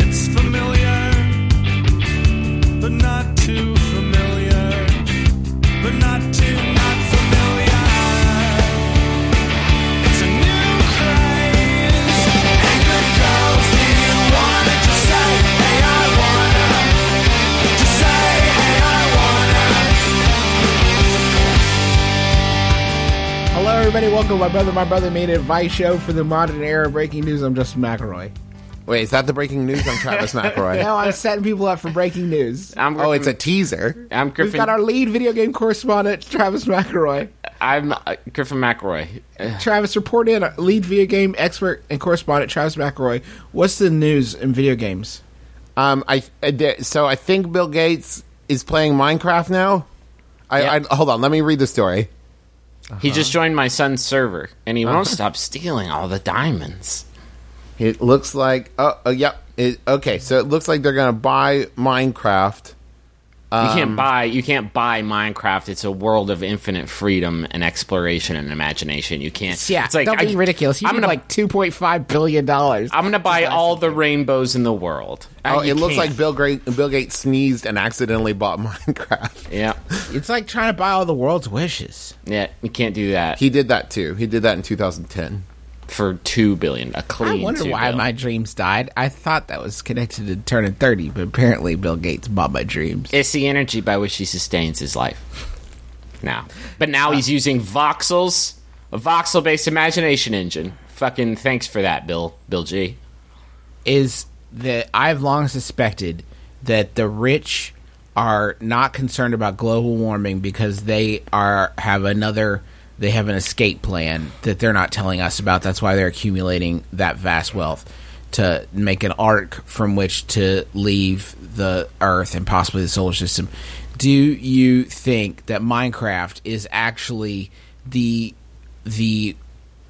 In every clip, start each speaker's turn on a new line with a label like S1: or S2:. S1: It's familiar, but not too familiar, but not too not familiar. It's a new craze, and the girls, do you wanna just say, hey, I wanna? Just say, hey, I wanna.
S2: Hello, everybody. Welcome to My Brother, My Brother Made Advice Show for the modern era of breaking news. I'm Justin McElroy.
S3: Wait, is that the breaking news? I'm Travis McElroy.
S2: Now I'm setting people up for breaking news.
S4: I'm
S3: Oh, it's a teaser.
S4: I'm
S2: We've
S4: Griffin.
S2: got our lead video game correspondent, Travis McElroy.
S4: I'm uh, Griffin McElroy. Uh,
S2: Travis, report in, lead video game expert and correspondent, Travis McElroy. What's the news in video games?
S3: Um, I I did- so I think Bill Gates is playing Minecraft now. I,
S2: Yeah.
S3: I hold on. Let me read the story. Uh-huh.
S4: He just joined my son's server, and he won't stop stealing all the diamonds.
S3: It looks like oh, oh yep. It, okay, so it looks like they're gonna buy Minecraft.
S4: you
S3: Um,
S4: can't buy. You can't buy Minecraft. It's a world of infinite freedom and exploration and imagination. You can't. It's like I, I'm gonna like.
S2: two point five billion dollars.
S4: I'm gonna buy all the rainbows in the world. Uh,
S3: Oh,
S4: you
S3: it looks
S4: can't.
S3: like Bill Gra- Bill Gates sneezed and accidentally bought Minecraft.
S4: Yeah,
S2: It's like trying to buy all the world's wishes.
S4: yeah. You can't do that
S3: He did that too. He did that in 2010.
S4: for two billion. A clean.
S2: I wonder
S4: two
S2: why
S4: billion.
S2: my dreams died. I thought that was connected to turning thirty, but apparently Bill Gates bought my dreams.
S4: It's the energy by which he sustains his life. Now, but now he's using voxels, a voxel-based imagination engine. Fucking thanks for that, Bill. Bill G.
S2: is that I've long suspected that the rich are not concerned about global warming because they are have another they have an escape plan that they're not telling us about. That's why they're accumulating that vast wealth to make an arc from which to leave the earth and possibly the solar system. Do you think that Minecraft is actually the the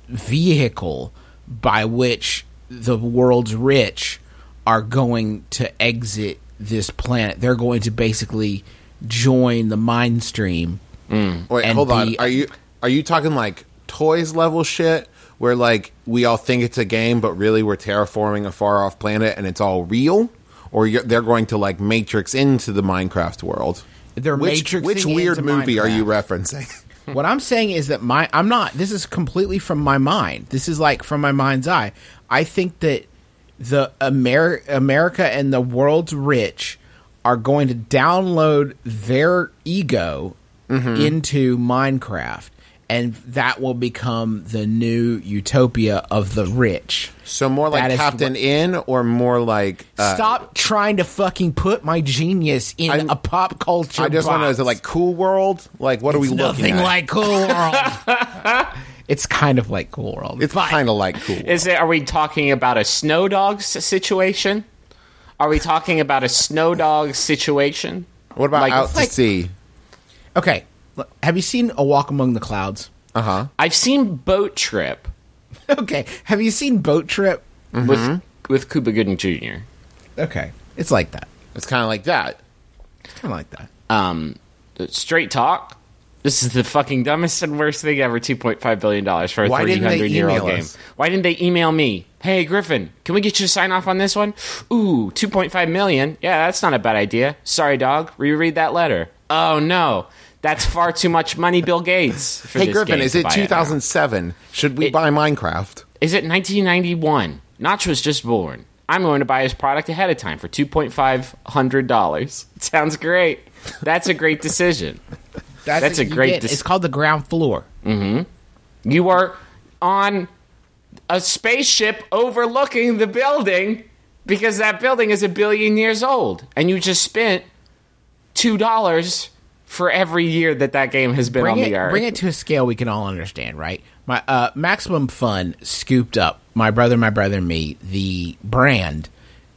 S2: vehicle by which the world's rich are going to exit this planet. They're going to basically join the mind stream.
S3: Wait,
S2: and
S3: hold on.
S2: the-
S3: Are you are you talking like toys level shit where like we all think it's a game, but really we're terraforming a far off planet and it's all real? Or you're, they're going to like Matrix into the Minecraft world?
S2: They're
S3: Which
S2: matrixing
S3: which weird
S2: into
S3: movie are you
S2: Minecraft.
S3: referencing?
S2: What I'm saying is that my I'm not. This is completely from my mind. This is like from my mind's eye. I think that the Amer- America and the world's rich are going to download their ego
S3: Mm-hmm.
S2: into Minecraft, and that will become the new utopia of the rich.
S3: so more
S2: That
S3: like
S2: is
S3: Captain In or more like uh,
S2: Stop trying to fucking put my genius in
S3: I'm-
S2: a pop culture.
S3: I just want to know is it like Cool World? Like what are we
S2: It's nothing
S3: looking at?
S2: like Cool World. it's kind of like Cool World.
S3: it's kind of like Cool. World.
S4: Is it? Are we talking about a snow dog s- situation? Are we talking about a snow dog situation?
S3: What about
S4: like-
S3: Out
S4: It's
S3: to
S2: like-
S3: Sea?
S2: Okay. Look, Have you seen A Walk Among the Clouds?
S3: Uh-huh.
S4: I've seen Boat Trip
S2: Okay. Have you seen Boat Trip?
S4: with with Cuba Gooding Jr.
S2: Okay. It's like that.
S3: It's kind of like that.
S2: It's kind of like that.
S4: Um, straight talk. This is the fucking dumbest and worst thing ever. Two point five billion dollars for a
S3: Why
S4: three
S3: didn't they
S4: hundred year old
S3: email
S4: game.
S3: us?
S4: Why didn't they email me? Hey Griffin, can we get you to sign off on this one? Ooh, two point five million. Yeah, that's not a bad idea. Sorry, dog. Reread that letter. Oh no, that's far too much money, Bill Gates. for
S3: Hey
S4: this
S3: Griffin,
S4: game
S3: is
S4: to
S3: it
S4: buy now.
S3: 2007? Should we
S4: It-
S3: buy Minecraft?
S4: Is it nineteen ninety one? Notch was just born. I'm going to buy his product ahead of time for two point five hundred dollars. Sounds great. That's a great decision. That's
S2: what
S4: a
S2: you
S4: great
S2: get.
S4: dis-
S2: it's called the ground floor.
S4: You are on a spaceship overlooking the building because that building is a billion years old, and you just spent two dollars for every year that that game has been
S2: Bring
S4: on
S2: it,
S4: the earth.
S2: bring it to a scale we can all understand, right? My uh, Maximum Fun scooped up my brother, my brother, and me, the brand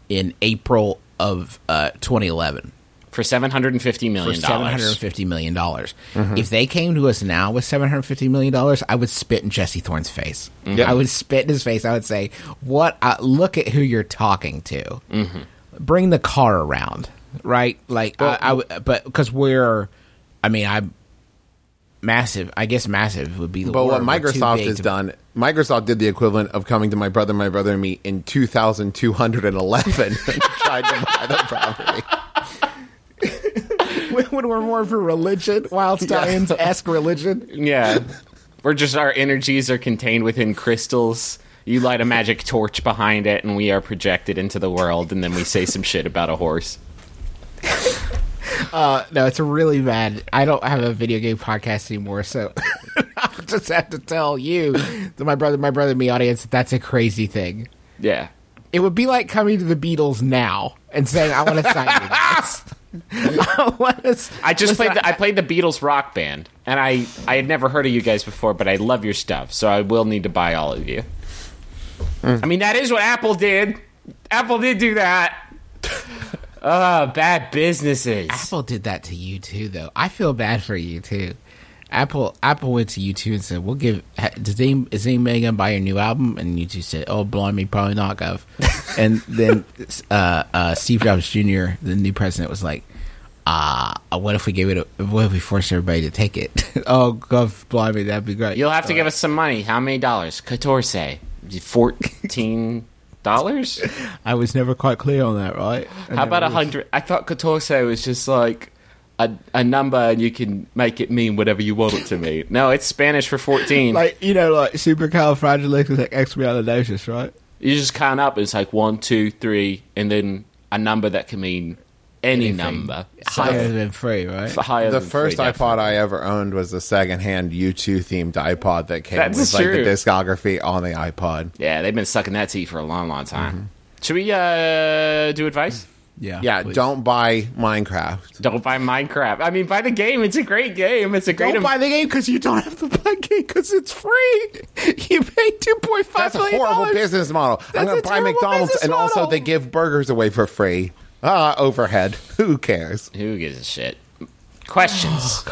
S2: in April of uh, 2011.
S4: for seven hundred and fifty
S2: for
S4: million
S2: seven hundred and
S4: dollars.
S2: fifty million dollars. If they came to us now with seven hundred fifty million dollars, I would spit in Jesse Thorne's face.
S3: Mm-hmm.
S2: I would spit in his face. I would say, "What? Uh, look at who you're talking to.
S3: Mm-hmm.
S2: Bring the car around, right? Like, I I would but because we're, I mean, I massive. I guess massive would be the
S3: But what
S2: word. We're too
S3: Microsoft
S2: big
S3: has
S2: to-
S3: done, Microsoft did the equivalent of coming to my brother, my brother, and me in 2211 and tried to buy the property.
S2: when we're more for religion, Wildstein's esque religion.
S4: Yeah, we're just our energies are contained within crystals. You light a magic torch behind it, and we are projected into the world. And then we say some shit about a horse.
S2: No, it's really bad. I don't have a video game podcast anymore, so I just have to tell you, to my brother, my brother, and me audience, that that's a crazy thing.
S4: Yeah,
S2: It would be like coming to the Beatles now and saying, "I want to sign you." guys." I want to.
S4: I just played. The, I played the Beatles rock band, and I I had never heard of you guys before, but I love your stuff, so I will need to buy all of you.
S2: Hmm.
S4: I mean, that is what Apple did. Apple did do that. uh, bad businesses.
S2: Apple did that to you too, though. I feel bad for you too. Apple Apple went to you too and said, "We'll give." ha- Does any, is anybody gonna buy your new album? And you two said, "Oh, blimey, probably not, Gov." and then uh, uh, Steve Jobs Jr., the new president, was like, "Ah, what if we gave it? A, what if we forced everybody to take it? oh, Gov, blimey, that'd be great."
S4: You'll have to give us some money. How many dollars? Catorce. Fourteen dollars?
S2: I was never quite clear on that, right?
S4: How about a hundred? I thought Catorce was just like a, a number, and you can make it mean whatever you want it to mean. No, it's Spanish for fourteen.
S2: Like you know, like supercalifragilisticexpialidocious, right?
S4: you just count up. It's like one, two, three, and then a number that can mean any number.
S2: Higher than free, right?
S4: F- higher
S3: The
S4: than
S3: first
S4: three,
S3: iPod I ever owned was the secondhand U2 themed iPod that came
S4: That's
S3: with like
S4: true.
S3: the discography on the iPod.
S4: definitely. Yeah, they've been sucking that tea for a long, long time. Should we uh, do advice?
S3: Mm-hmm. Yeah,
S2: please.
S3: don't buy Minecraft.
S4: Don't buy Minecraft. I mean, buy the game. It's a great game. It's a great.
S2: Don't
S4: em-
S2: buy the game because you don't have to buy the game because it's free. You pay two point five
S3: That's a
S2: million
S3: horrible
S2: dollars.
S3: business model. I'm
S2: That's
S3: going
S2: a
S3: to buy
S2: terrible
S3: McDonald's,
S2: business
S3: and also
S2: model.
S3: they give burgers away for free. Ah, overhead. Who cares?
S4: Who gives a shit?
S3: Oh,
S4: Questions.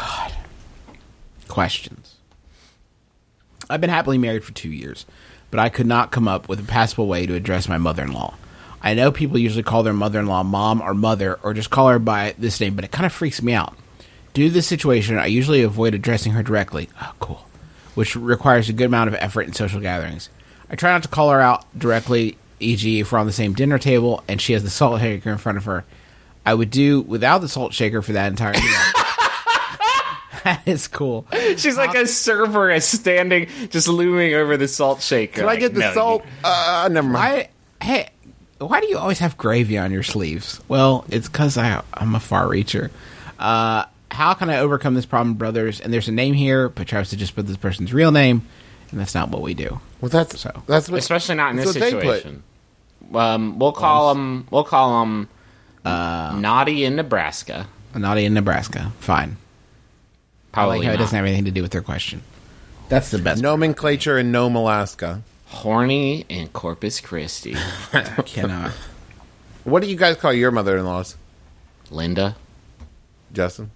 S2: Questions. I've been happily married for two years, but I could not come up with a passable way to address my mother in law. I know people usually call their mother in law mom or mother or just call her by this name, but it kind of freaks me out. Due to this situation, I usually avoid addressing her directly. Oh, cool. Which requires a good amount of effort in social gatherings. I try not to call her out directly, e.g., if we're on the same dinner table and she has the salt shaker in front of her. I would do without the salt shaker for that entire meal. that is cool.
S4: She's like a server is standing, just looming over the salt shaker.
S3: Can I get the salt? Uh, never mind.
S2: I hey, why do you always have gravy on your sleeves? Well, it's because I I'm a far reacher. Uh, how can I overcome this problem, brothers? And there's a name here, but tries to just put this person's real name, and that's not what we do.
S3: well, that's
S2: So.
S3: that's what,
S4: especially not in
S3: that's
S4: this
S3: what they put.
S4: situation. Um, we'll call them. We'll call them. Uh, naughty in Nebraska.
S2: Naughty in Nebraska. Fine. I
S4: Probably
S2: like how it
S4: not.
S2: doesn't have anything to do with their question. That's the best.
S3: Nomenclature in Nome, Alaska.
S4: Horny in Corpus Christi.
S2: I cannot.
S3: What do you guys call your mother-in-laws,
S4: Linda.
S3: Justin?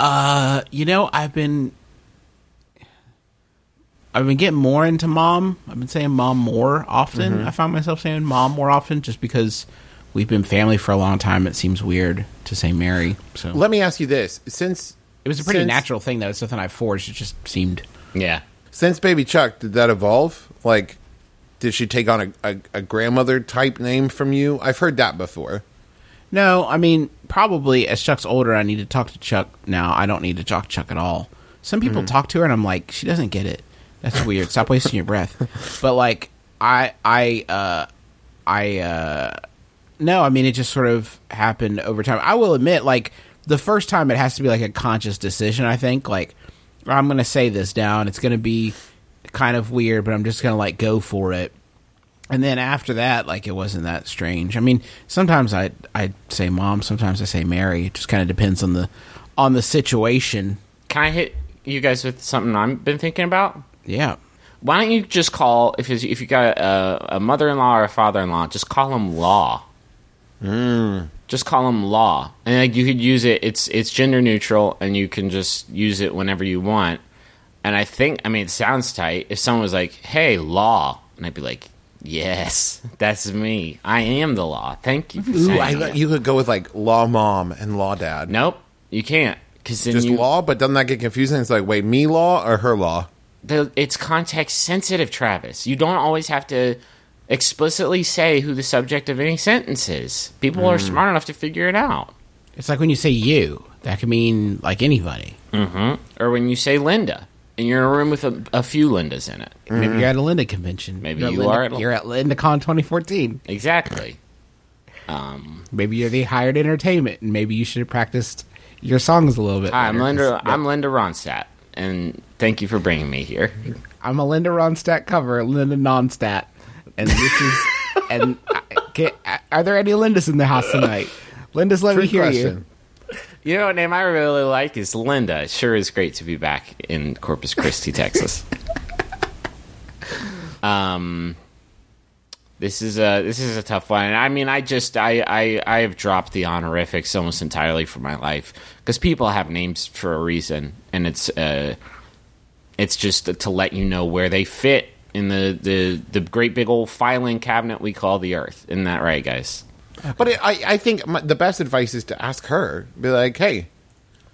S2: Uh, you know, I've been. I've been getting more into mom. I've been saying mom more often. I find myself saying mom more often just because we've been family for a long time. It seems weird to say Mary. So
S3: Let me ask you this: since
S2: it was a pretty
S3: since-
S2: natural thing though. It's nothing I forged. It just seemed.
S4: Yeah.
S3: since Baby Chuck, did that evolve? Like, did she take on a, a, a grandmother type name from you? I've heard that before.
S2: No, I mean probably as Chuck's older, I need to talk to Chuck now. I don't need to talk to Chuck at all. Some people talk to her, and I'm like, she doesn't get it. That's weird. Stop wasting your breath. But like, I, I, uh, I, uh, no, I mean it just sort of happened over time. I will admit, like the first time, it has to be like a conscious decision. I think like I'm going to say this down. It's going to be kind of weird, but I'm just going to like go for it and then after that, like it wasn't that strange. I mean, sometimes I I say mom, sometimes I say Mary. It just kind of depends on the on the situation.
S4: Can I hit you guys with something I've been thinking about?
S2: Yeah,
S4: Why don't you just call if it's- if you got a, a mother in law or a father in law, just call them Law.
S3: Hmm.
S4: Just call them law, and like you could use it. It's it's gender neutral, and you can just use it whenever you want. And I think, I mean, it sounds tight. If someone was like, "Hey, law," and I'd be like, "Yes, that's me. I am the law. Thank you." For
S3: Ooh,
S4: saying
S3: I,
S4: that."
S3: you could go with like law mom and law dad.
S4: Nope, you can't. Because then
S3: Just
S4: you,
S3: law, but doesn't that get confusing? It's like, wait, me law or her law?
S4: the, it's context sensitive, Travis. You don't always have to explicitly say who the subject of any sentence is. People are smart enough to figure it out.
S2: It's like when you say you, that could mean like anybody.
S4: Or when you say Linda, and you're in a room with a, a few Lindas in it.
S2: Maybe you're at a Linda convention.
S4: Mm-hmm. Maybe
S2: you're at
S4: you
S2: Linda-
S4: are at-
S2: You're at LindaCon 2014.
S4: Exactly. Um,
S2: Maybe you're the hired entertainment, and maybe you should have practiced your songs a little bit.
S4: hi, I'm
S2: better, 'cause-
S4: Linda. I'm Linda Ronstadt, and thank you for bringing me here.
S2: I'm a Linda Ronstadt cover, Linda Nonstat, and this is. and I, can, are there any Lindas in the house tonight? Linda's, let me
S3: Trick
S2: hear
S3: question.
S4: You know what name I really like is Linda. It sure is great to be back in Corpus Christi, Texas. um, this is a this is a tough one. And I mean, I just I I, I have dropped the honorifics almost entirely from my life because people have names for a reason, and it's uh, it's just to let you know where they fit in the the the great big old filing cabinet we call the Earth. Isn't that right, guys?
S3: But it, I, I think my, the best advice is to ask her. Be like, hey,
S2: you.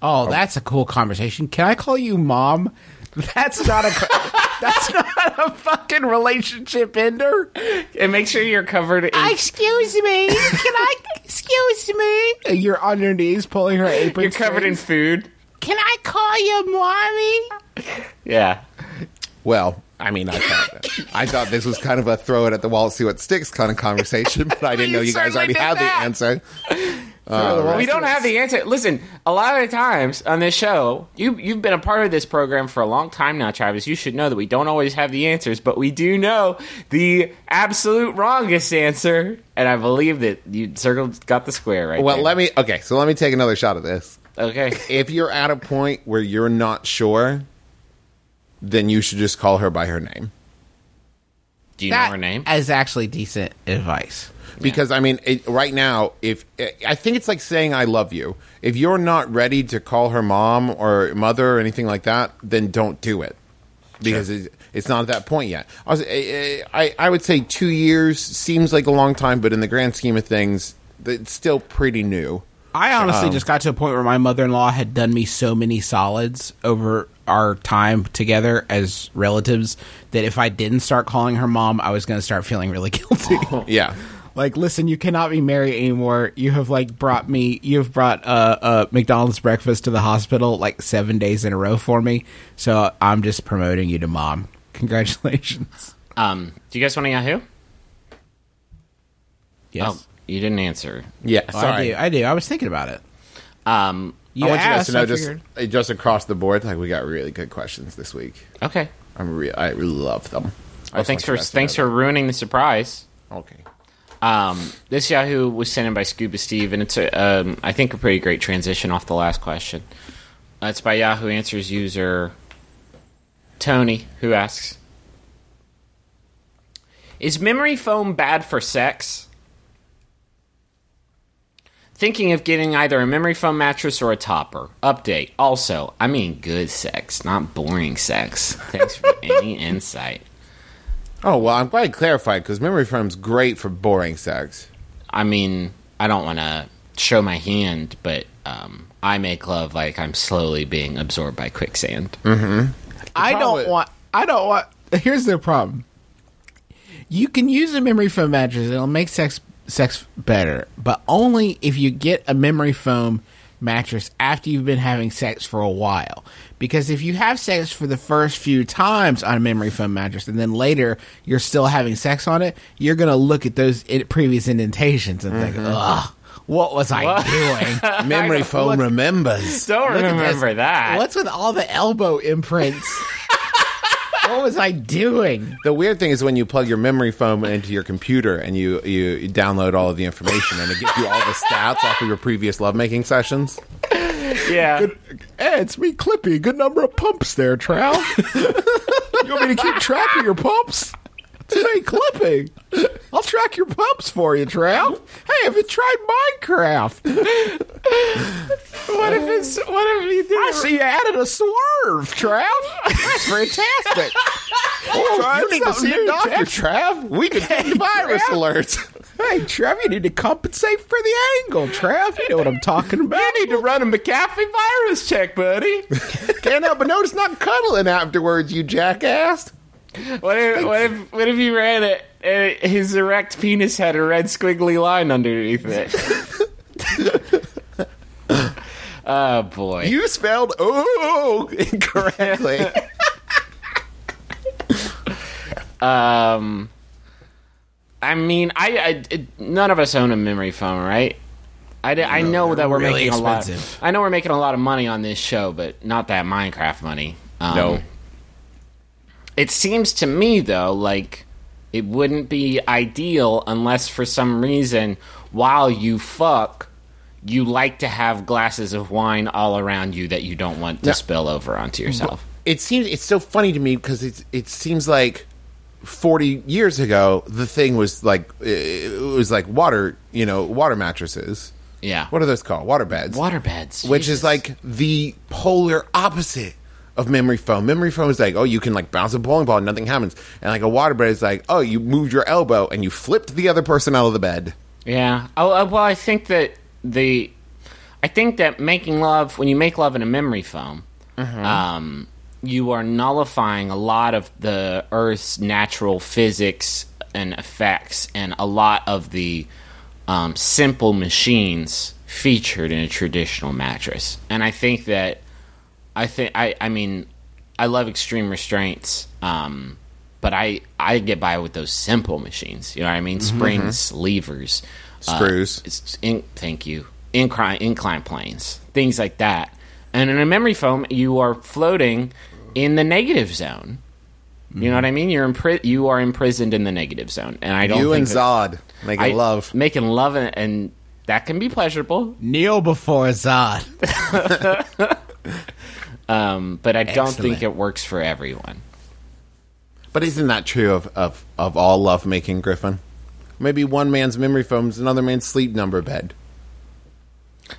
S2: Oh, that's a cool conversation. Can I call you mom? That's not a. that's not a fucking relationship ender.
S4: And make sure you're covered in
S2: Excuse me. Can I? Excuse me. You're on your knees, pulling her apron.
S4: you're covered in
S2: strings.
S4: food.
S2: Can I call you mommy?
S4: Yeah.
S3: well, I mean, I thought I thought this was kind of a throw it at the wall, see what sticks kind of conversation, but I didn't know you guys already
S4: certainly did
S3: had
S4: that.
S3: the answer.
S4: we don't have the answer. Listen, a lot of the times on this show, you you've been a part of this program for a long time now, Travis. You should know that we don't always have the answers, but we do know the absolute wrongest answer, and I believe that you circled got the square right.
S3: Well,
S4: there.
S3: let me. Okay, so let me take another shot at this.
S4: Okay.
S3: If you're at a point where you're not sure, then you should just call her by her name.
S4: Do you know her name?
S2: is actually decent advice.
S3: Because I mean, it, right now, if I think it's like saying "I love you," if you're not ready to call her mom or mother or anything like that, then don't do it because it, it's not at that point yet. I, was, I, I- I would say two years seems like a long time, but in the grand scheme of things, it's still pretty new.
S2: I honestly
S4: Um,
S2: just got to a point where my mother in law had done me so many solids over our time together as relatives that if I didn't start calling her mom, I was going to start feeling really guilty.
S4: Oh.
S3: Yeah,
S2: like, listen, you cannot be married anymore. You have like brought me, you have brought uh, uh, McDonald's breakfast to the hospital like seven days in a row for me. So I'm just promoting you to mom. Congratulations.
S4: Um, do you guys want to Yahoo?
S2: Yes.
S4: Oh, you didn't answer.
S3: yeah.
S2: Well, I
S3: Oh, Sorry,
S2: do. I do. I was thinking about it.
S4: Um,
S2: You
S3: I want
S2: asked,
S3: you guys
S2: I
S3: to know
S2: figured.
S3: just uh, just across the board. Like we got really good questions this week.
S4: okay.
S3: I'm re- I really love them. I
S4: Well,
S3: just
S4: thanks
S3: want you
S4: for
S3: guys to
S4: thanks
S3: know
S4: for ruining the surprise.
S3: that. Okay.
S4: Um, this Yahoo was sent in by Scuba Steve, and it's a, um, I think a pretty great transition off the last question. Uh, it's by Yahoo Answers user Tony, who asks, "Is memory foam bad for sex?" Thinking of getting either a memory foam mattress or a topper. Update. Also, I mean good sex, not boring sex. Thanks for any insight.
S3: Oh well, I'm glad you clarified because memory foam's great for boring sex.
S4: I mean, I don't want to show my hand, but um, I make love like I'm slowly being absorbed by quicksand.
S2: I
S3: problem
S2: don't
S3: with-
S2: want. I don't want. Here's the problem. You can use a memory foam mattress; it'll make sex sex better, but only if you get a memory foam mattress after you've been having sex for a while. Because if you have sex for the first few times on a memory foam mattress, and then later you're still having sex on it, you're gonna look at those in- previous indentations and think, "Ugh, Mm-hmm. what was I doing?"
S3: Memory foam remembers.
S4: Don't
S2: Look at
S4: remember
S2: this.
S4: that.
S2: What's with all the elbow imprints? what was I doing?
S3: The weird thing is when you plug your memory foam into your computer and you you download all of the information and it gives you all the stats off of your previous lovemaking sessions.
S4: Yeah.
S2: Hey, it's me, Clippy. Good number of pumps there, Trow. you want me to keep track of your pumps? It's me, Clippy. I'll
S3: track your pups for you, Trav. Hey, have you tried Minecraft?
S4: What if it's what if you did
S3: I
S4: it-
S3: see you added a swerve, Trav. That's fantastic. Oh, you need to see a doctor, Trav. We can take virus alerts.
S2: Hey, Trev, you need to compensate for the angle, Trev. You know what I'm talking about.
S4: You need to run a McAfee virus check, buddy.
S3: Can't help but notice not cuddling afterwards, you jackass.
S4: What if what if what if you ran it and his erect penis had a red squiggly line underneath it? oh boy.
S3: You spelled oh incorrectly.
S4: Um, I mean, I, I it- none of us own a memory foam, right? I, d- I know that we're
S2: really
S4: making a lot.
S2: expensive.
S4: I know we're making a lot of money on this show, but not that Minecraft money. Um,
S3: No.
S4: It seems to me though, like it wouldn't be ideal unless for some reason, while you fuck, you like to have glasses of wine all around you that you don't want to spill over onto yourself.
S3: it seems it's so funny to me because it's it seems like 40 years ago the thing was like it was like water you know water mattresses
S4: yeah.
S3: what are those called water beds
S4: Waterbeds,
S3: which
S4: Jesus.
S3: is like the polar opposite of memory foam memory foam is like oh you can like bounce a bowling ball and nothing happens and like a water bed is like oh you moved your elbow and you flipped the other person out of the bed
S4: Yeah. Oh, uh, well, I think that the, I think that making love when you make love in a memory foam, um, you are nullifying a lot of the Earth's natural physics and effects, and a lot of the um, simple machines featured in a traditional mattress. And I think that, I think I, I mean, I love extreme restraints. Um, but I, I get by with those simple machines. You know what I mean? Springs, levers, uh,
S3: Screws.
S4: it's in, thank you. Incline, incline planes, things like that. And in a memory foam, you are floating in the negative zone. You know what I mean? You're impri- you are imprisoned in the negative zone, and I don't.
S3: you and
S4: think that-
S3: zod making
S4: I-
S3: love
S4: making love, and, and that can be pleasurable.
S2: Kneel before Zod.
S4: Um, but I don't think
S2: Excellent.
S4: it works for everyone.
S3: But isn't that true of, of, of all lovemaking, Griffin? Maybe one man's memory foam is another man's sleep number bed.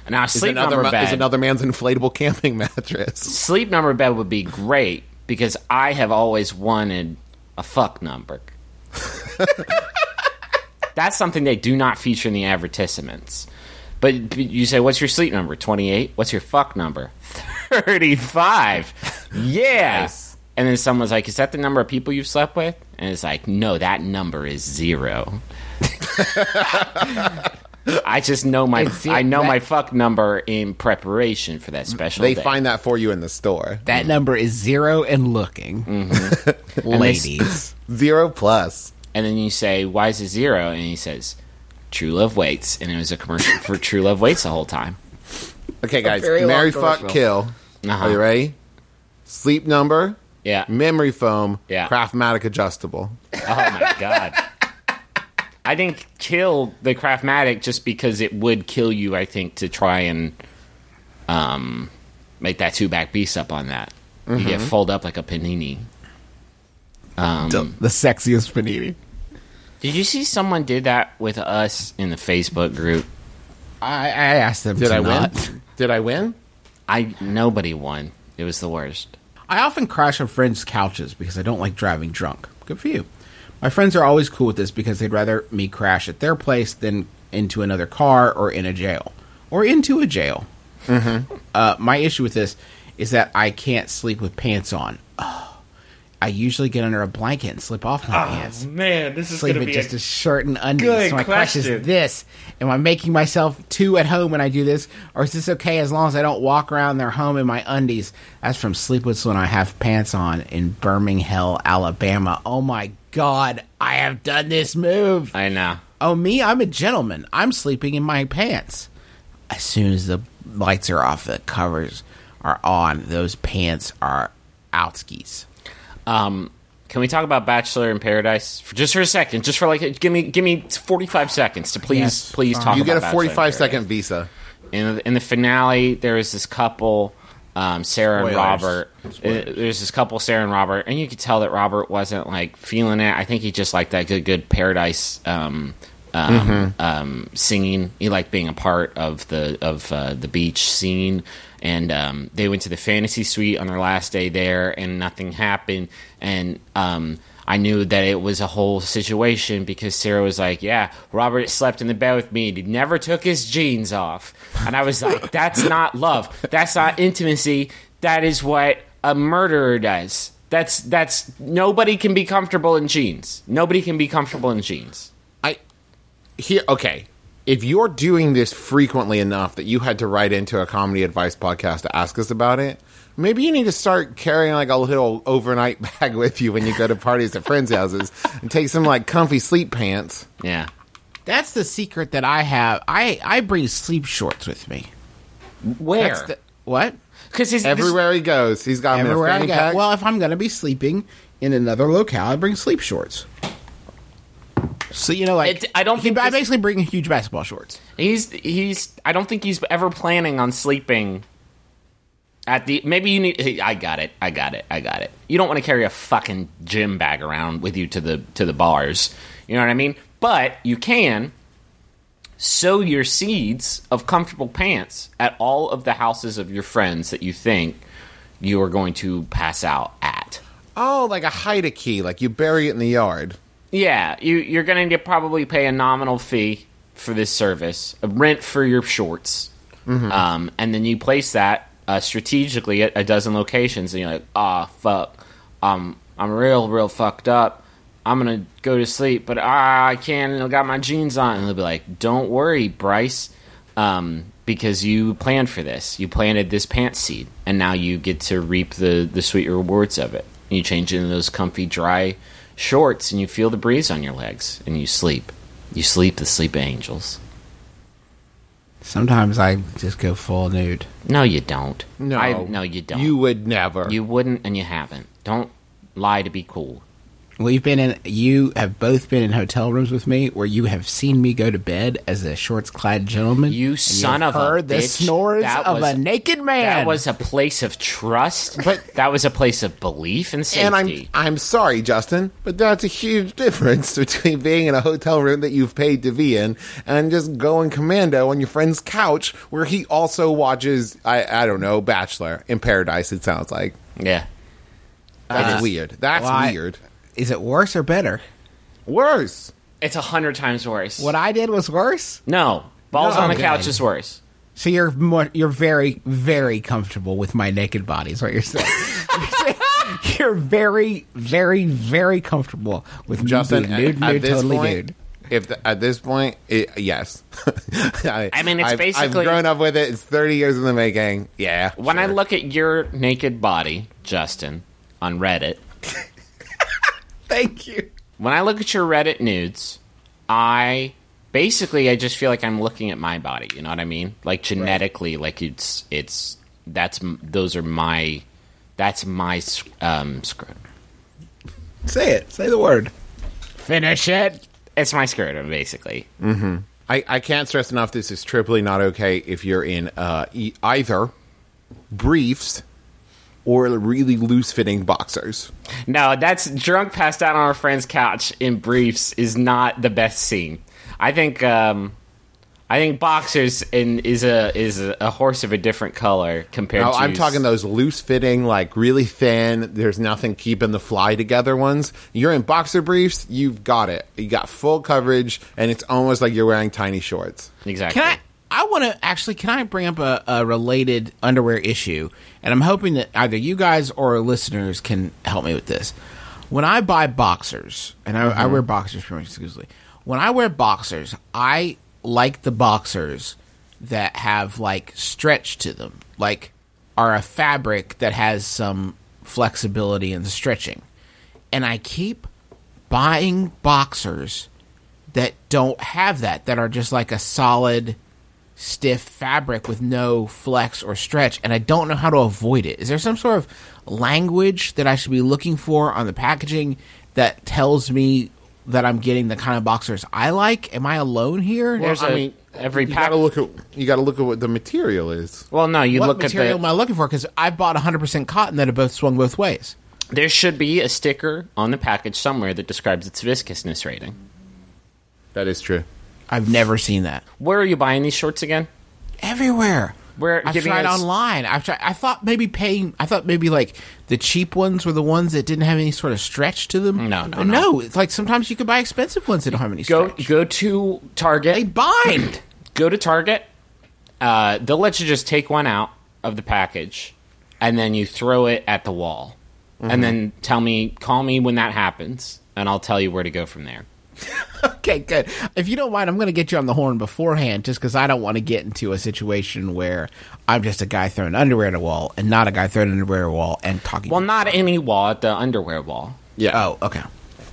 S4: Now, a
S3: Is
S4: sleep
S3: another
S4: number
S3: ma-
S4: bed
S3: is another man's inflatable camping mattress.
S4: sleep number bed would be great because I have always wanted a fuck number. That's something they do not feature in the advertisements. But but you say, what's your sleep number? 28. What's your fuck number? 35. Yeah. And then someone's like, is that the number of people you've slept with? And it's like, no, that number is zero. I just know my
S2: It's-
S4: I know
S2: that-
S4: my fuck number in preparation for that special.
S3: They
S4: day.
S3: find that for you in the store.
S2: That number is zero and looking. Mm-hmm. Ladies.
S3: Zero plus.
S4: And then you say, "Why is it zero? And he says, "True Love waits." And it was a commercial for True Love waits the whole time.
S3: Okay, guys.
S2: very long
S3: Marry, fuck,
S2: commercial.
S3: kill.
S4: Uh-huh.
S3: Are you ready? Sleep number,
S4: Yeah. Oh
S3: memory foam,
S4: Yeah.
S3: Craftmatic adjustable.
S4: Oh, my god. I didn't kill the Craftmatic just because it would kill you. I think to try and um make that two back beast up on that. You get fold up like a panini.
S2: the sexiest panini.
S4: Did you see someone did that with us in the Facebook group?
S2: I, I asked them
S3: Did
S2: to
S3: I
S2: not.
S3: win? Did I win?
S4: I nobody won. It was the worst.
S2: I often crash on friends' couches because I don't like driving drunk. Good for you. My friends are always cool with this because they'd rather me crash at their place than into another car or in a jail. Or into a jail.
S4: Mm-hmm.
S2: Uh, my issue with this is that I can't sleep with pants on. Oh, I usually get under a blanket and slip off my pants.
S4: Ah, Man, this is
S2: Sleep with just a, shirt and undies.
S4: good
S2: so my question.
S4: question.
S2: is this: Am I making myself two at home when I do this, or is this okay as long as I don't walk around their home in my undies? That's from Sleepless when I have pants on in Birmingham, Alabama. Oh my God, I have done this move.
S4: I know.
S2: Oh me, I'm a gentleman. I'm sleeping in my pants. As soon as the lights are off, the covers are on. Those pants are outskis.
S4: Um, can we talk about Bachelor in Paradise for just for a second? Just for like, give me give me forty five seconds to please
S2: Yes,
S4: please
S2: fine.
S4: talk.
S3: You get
S4: about
S3: a
S4: Bachelor in
S3: 45
S4: Paradise.
S3: second visa.
S4: In the, in the finale, there is this couple um, Sarah and
S2: Spoilers.
S4: Robert. uh, There's this couple, Sarah and Robert, and you could tell that Robert wasn't like feeling it. I think he just liked that good, good paradise um, um, um, singing. He liked being a part of the of uh, the beach scene. And um, they went to the fantasy suite on their last day there, and nothing happened. And um, I knew that it was a whole situation because Sarah was like, "Yeah, Robert slept in the bed with me. and He never took his jeans off." And I was like, "That's not love. That's not intimacy. That is what a murderer does. That's that's nobody can be comfortable in jeans. Nobody can be comfortable in jeans."
S3: I here okay. If you're doing this frequently enough that you had to write into a comedy advice podcast to ask us about it, maybe you need to start carrying like a little overnight bag with you when you go to parties at friends' houses and take some like comfy sleep pants.
S4: Yeah.
S2: That's the secret that I have. I I bring sleep shorts with me. That's
S4: Where?
S2: the, what?
S4: Because
S3: Everywhere he goes, he's got 'em
S2: Everywhere
S3: in a
S2: I
S3: fanny
S2: go.
S3: pack.
S2: Well, if I'm gonna be sleeping in another locale, I bring sleep shorts. So you know, like
S4: It- I don't
S2: he-
S4: think
S2: I
S4: this-
S2: basically bring huge basketball shorts.
S4: He's he's. I don't think he's ever planning on sleeping. At the maybe you need. hey, I got it. I got it. I got it. You don't want to carry a fucking gym bag around with you to the to the bars. You know what I mean? But you can sow your seeds of comfortable pants at all of the houses of your friends that you think you are going to pass out at.
S3: oh, like a hide a key, like you bury it in the yard.
S4: Yeah, you, you're going to probably pay a nominal fee for this service, a rent for your shorts, um, and then you place that uh, strategically at a dozen locations, and you're like, ah, fuck, um, I'm real, real fucked up. I'm gonna go to sleep, but ah, I can't. and I got my jeans on, and they'll be like, "Don't worry, Bryce, um, because you planned for this. You planted this pant seed, and now you get to reap the the sweet rewards of it. And you change into those comfy, dry shorts, and you feel the breeze on your legs, and you sleep. You sleep the sleep angels.
S2: Sometimes I just go full nude.
S4: No, you don't.
S3: No,
S4: I, no, you don't.
S3: You would never.
S4: you wouldn't, and you haven't. Don't lie to be cool.
S2: We've been in. You have both been in hotel rooms with me where you have seen me go to bed as a shorts-clad gentleman.
S4: You
S2: and
S4: son
S2: have
S4: of a
S2: heard the
S4: bitch.
S2: snores
S4: That
S2: of
S4: was-
S2: a naked man.
S4: That was a place of trust.
S3: But-
S4: that was a place of belief and safety.
S3: and I'm I'm sorry, Justin, but that's a huge difference between being in a hotel room that you've paid to be in and just going commando on your friend's couch where he also watches I I don't know Bachelor in Paradise. It sounds like
S4: yeah.
S3: that's weird. That's
S2: Well, I-
S3: weird.
S2: Is it worse or better?
S3: Worse.
S4: It's a hundred times worse.
S2: What I did was worse.
S4: no. Balls
S2: No,
S4: on the
S2: okay.
S4: couch is worse.
S2: So you're more, you're very very comfortable with my naked body. Is what you're saying. you're very very very comfortable with
S3: Justin,
S2: me being nude,
S3: at, at
S2: nude,
S3: this
S2: totally
S3: point,
S2: nude.
S3: If the, at this point, it, yes. I,
S4: I mean, it's
S3: I've-
S4: basically-
S3: I've grown up with it. It's thirty years in the making. Yeah.
S4: When I look at your naked body, Justin, on Reddit,
S2: Thank you.
S4: when I look at your Reddit nudes, I basically I just feel like I'm looking at my body. You know what I mean? Like genetically, like it's it's that's m- those are my that's my s- um skirt.
S2: Say it. Say the word. Finish it.
S4: It's my skirt, basically.
S3: I, I can't stress enough this is triply not okay if you're in uh, e- either briefs or really loose fitting boxers.
S4: No, that's drunk passed out on our friend's couch in briefs is not the best scene. I think um I think boxers in is a is a, a horse of a different color compared
S3: Now,
S4: to
S3: Oh, I'm talking those loose fitting, like really thin, there's nothing keeping the fly together ones. You're in boxer briefs, you've got it. You got full coverage, and it's almost like you're wearing tiny shorts.
S4: exactly.
S2: Can I? I want to actually. Can I bring up a, a related underwear issue? And I'm hoping that either you guys or listeners can help me with this. When I buy boxers, and I, I wear boxers pretty much exclusively. When I wear boxers, I like the boxers that have like stretch to them, like are a fabric that has some flexibility and stretching. And I keep buying boxers that don't have that that are just like a solid stiff fabric with no flex or stretch and i don't know how to avoid it is there some sort of language that i should be looking for on the packaging that tells me that i'm getting the kind of boxers i like am i alone here
S4: There's
S3: I
S4: a-
S3: mean,
S4: every
S3: You
S4: pack.
S3: gotta look at you gotta look at what the material is.
S4: well, no, you
S2: what
S4: look at
S2: material
S4: the.
S2: am I looking for? Because I bought 100% cotton that have both swung both ways.
S4: there should be a sticker on the package somewhere that describes its viscousness rating.
S3: That is true.
S2: I've never seen that
S4: Where are you buying these shorts again?
S2: everywhere.
S4: Where-
S2: I've
S4: give me
S2: tried
S4: a s-
S2: online. I've tried. I thought maybe paying. I thought maybe like the cheap ones were the ones that didn't have any sort of stretch to them.
S4: No, no,
S2: But
S4: no.
S2: It's like sometimes you could buy expensive ones that don't have any
S4: Go
S2: stretch.
S4: go to
S2: They
S4: Target.
S2: bind.
S4: Go to Target. Uh, they'll let you just take one out of the package, and then you throw it at the wall,
S2: Mm-hmm.
S4: and then tell me, call me when that happens, and I'll tell you where to go from there.
S2: okay, good. If you don't mind, I'm going to get you on the horn beforehand, just because I don't want to get into a situation where I'm just a guy throwing underwear at a wall and not a guy throwing underwear at a wall and talking.
S4: Well, not any wall at the underwear wall.
S3: Yeah.
S2: oh, okay.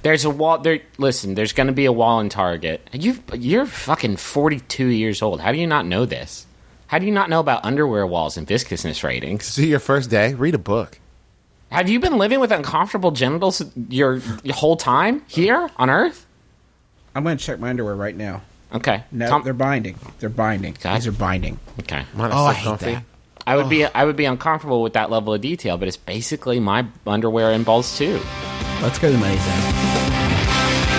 S4: There's a wall there. Listen, there's going to be a wall in Target. You you're fucking 42 years old. How do you not know this? How do you not know about underwear walls and viscousness ratings?
S3: See your first day. Read a book.
S4: Have you been living with uncomfortable genitals your, your whole time here on Earth?
S2: I'm going to check my underwear right now.
S4: Okay.
S2: No,
S4: Tom-
S2: they're binding. They're binding.
S4: God.
S2: These are binding.
S4: okay.
S3: Mine are
S2: Oh,
S3: so
S2: I hate
S3: comfy.
S2: that.
S4: I would be I would be uncomfortable with that level of detail, but it's basically my underwear and balls too.
S2: Let's go to the money zone.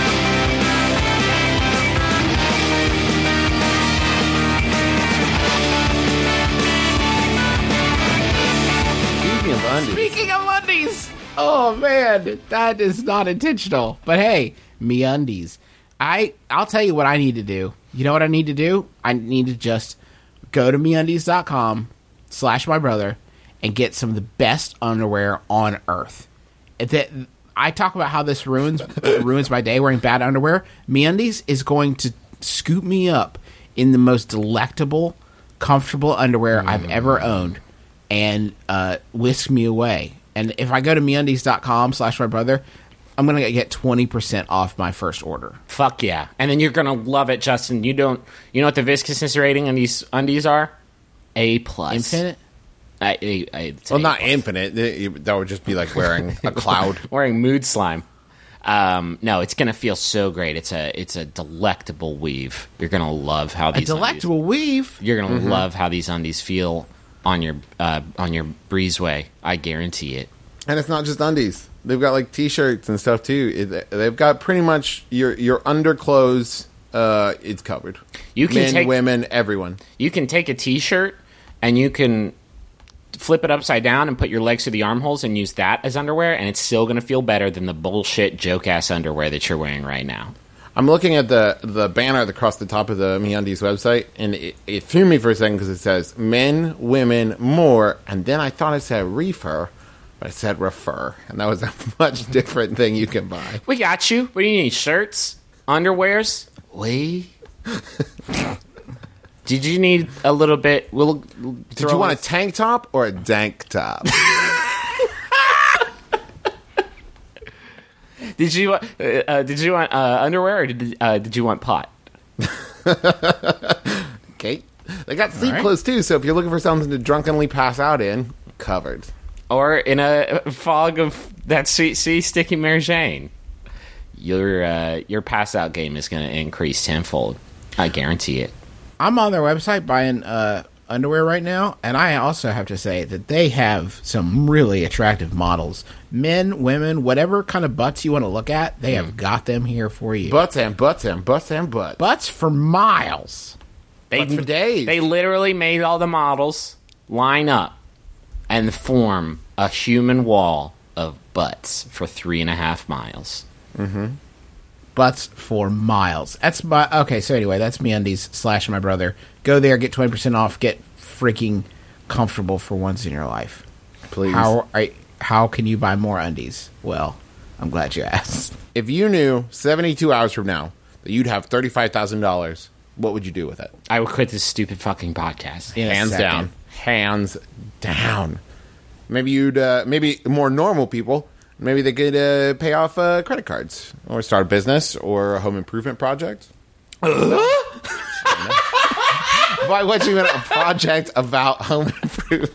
S3: Speaking of undies,
S2: Speaking of undies, oh man, that is not intentional. But hey, me undies. I I'll tell you what I need to do. You know what I need to do? I need to just go to meundies.com slash my brother and get some of the best underwear on earth. If That I talk about how this ruins ruins my day wearing bad underwear. Meundies is going to scoop me up in the most delectable, comfortable underwear I've ever owned and uh, whisk me away. And if I go to meundies.com slash my brother, I'm going to get 20% off my first order.
S4: Fuck yeah. And then you're gonna love it, Justin. You don't you know what the viscousness rating on these undies are? A plus.
S2: Infinite?
S4: I, I, I'd say
S3: well, not
S4: plus.
S3: infinite. Th- you- That would just be like wearing a cloud.
S4: wearing mood slime. Um, no, it's gonna feel so great. It's a it's a delectable weave. You're gonna love how
S2: A
S4: these
S2: delectable Mm-hmm. weave.
S4: Undies, you're gonna love how these undies feel on your uh, on your breezeway. I guarantee it.
S3: And it's not just undies. They've got like t-shirts and stuff too. It- They've got pretty much your your underclothes. Uh, it's covered.
S4: You can
S3: men,
S4: take-
S3: women, everyone.
S4: You can take a t-shirt and you can flip it upside down and put your legs through the armholes and use that as underwear, and it's still gonna feel better than the bullshit joke ass underwear that you're wearing right now.
S3: I'm looking at the the banner across the top of the MeUndies website, and it, it threw me for a second because it says men, women, more, and then I thought it said reefer, but it said refer, and that was a much different thing you can buy.
S4: We got you. What do you need? Shirts? Underwears? We. Did you need a little bit? We'll
S3: Did
S4: throw
S3: you
S4: in-
S3: want a tank top or a dank top?
S4: Did you uh, uh, did you want uh, underwear or did uh, did you want pot?
S3: okay, they got sleep clothes too, so if you're looking for something to drunkenly pass out in, covered.
S4: Or in a fog of that sweet sea sticky Mary Jane, your uh, your pass out game is going to increase tenfold. I guarantee it.
S2: I'm on their website buying uh, underwear right now, and I also have to say that they have some really attractive models. Men, women, whatever kind of butts you want to look at, they have got them here for you.
S3: Butts and butts and butts and butts.
S2: butts for miles.
S4: They
S3: But for days.
S4: They literally made all the models line up and form a human wall of butts for three and a half miles.
S2: butts for miles. That's my okay. So anyway, that's me undies slash my brother. Go there, get twenty percent off, get freaking comfortable for once in your life.
S3: Please.
S2: How I, how can you buy more undies? Well, I'm glad you asked.
S3: if you knew 72 hours from now that you'd have $35,000, what would you do with it?
S4: I would quit this stupid fucking podcast.
S2: In a
S3: hands
S2: second.
S3: down hands down maybe you'd uh, maybe more normal people maybe they could uh, pay off uh, credit cards or start a business or a home improvement project
S2: Uh-huh.
S3: why would you in a project about home improvement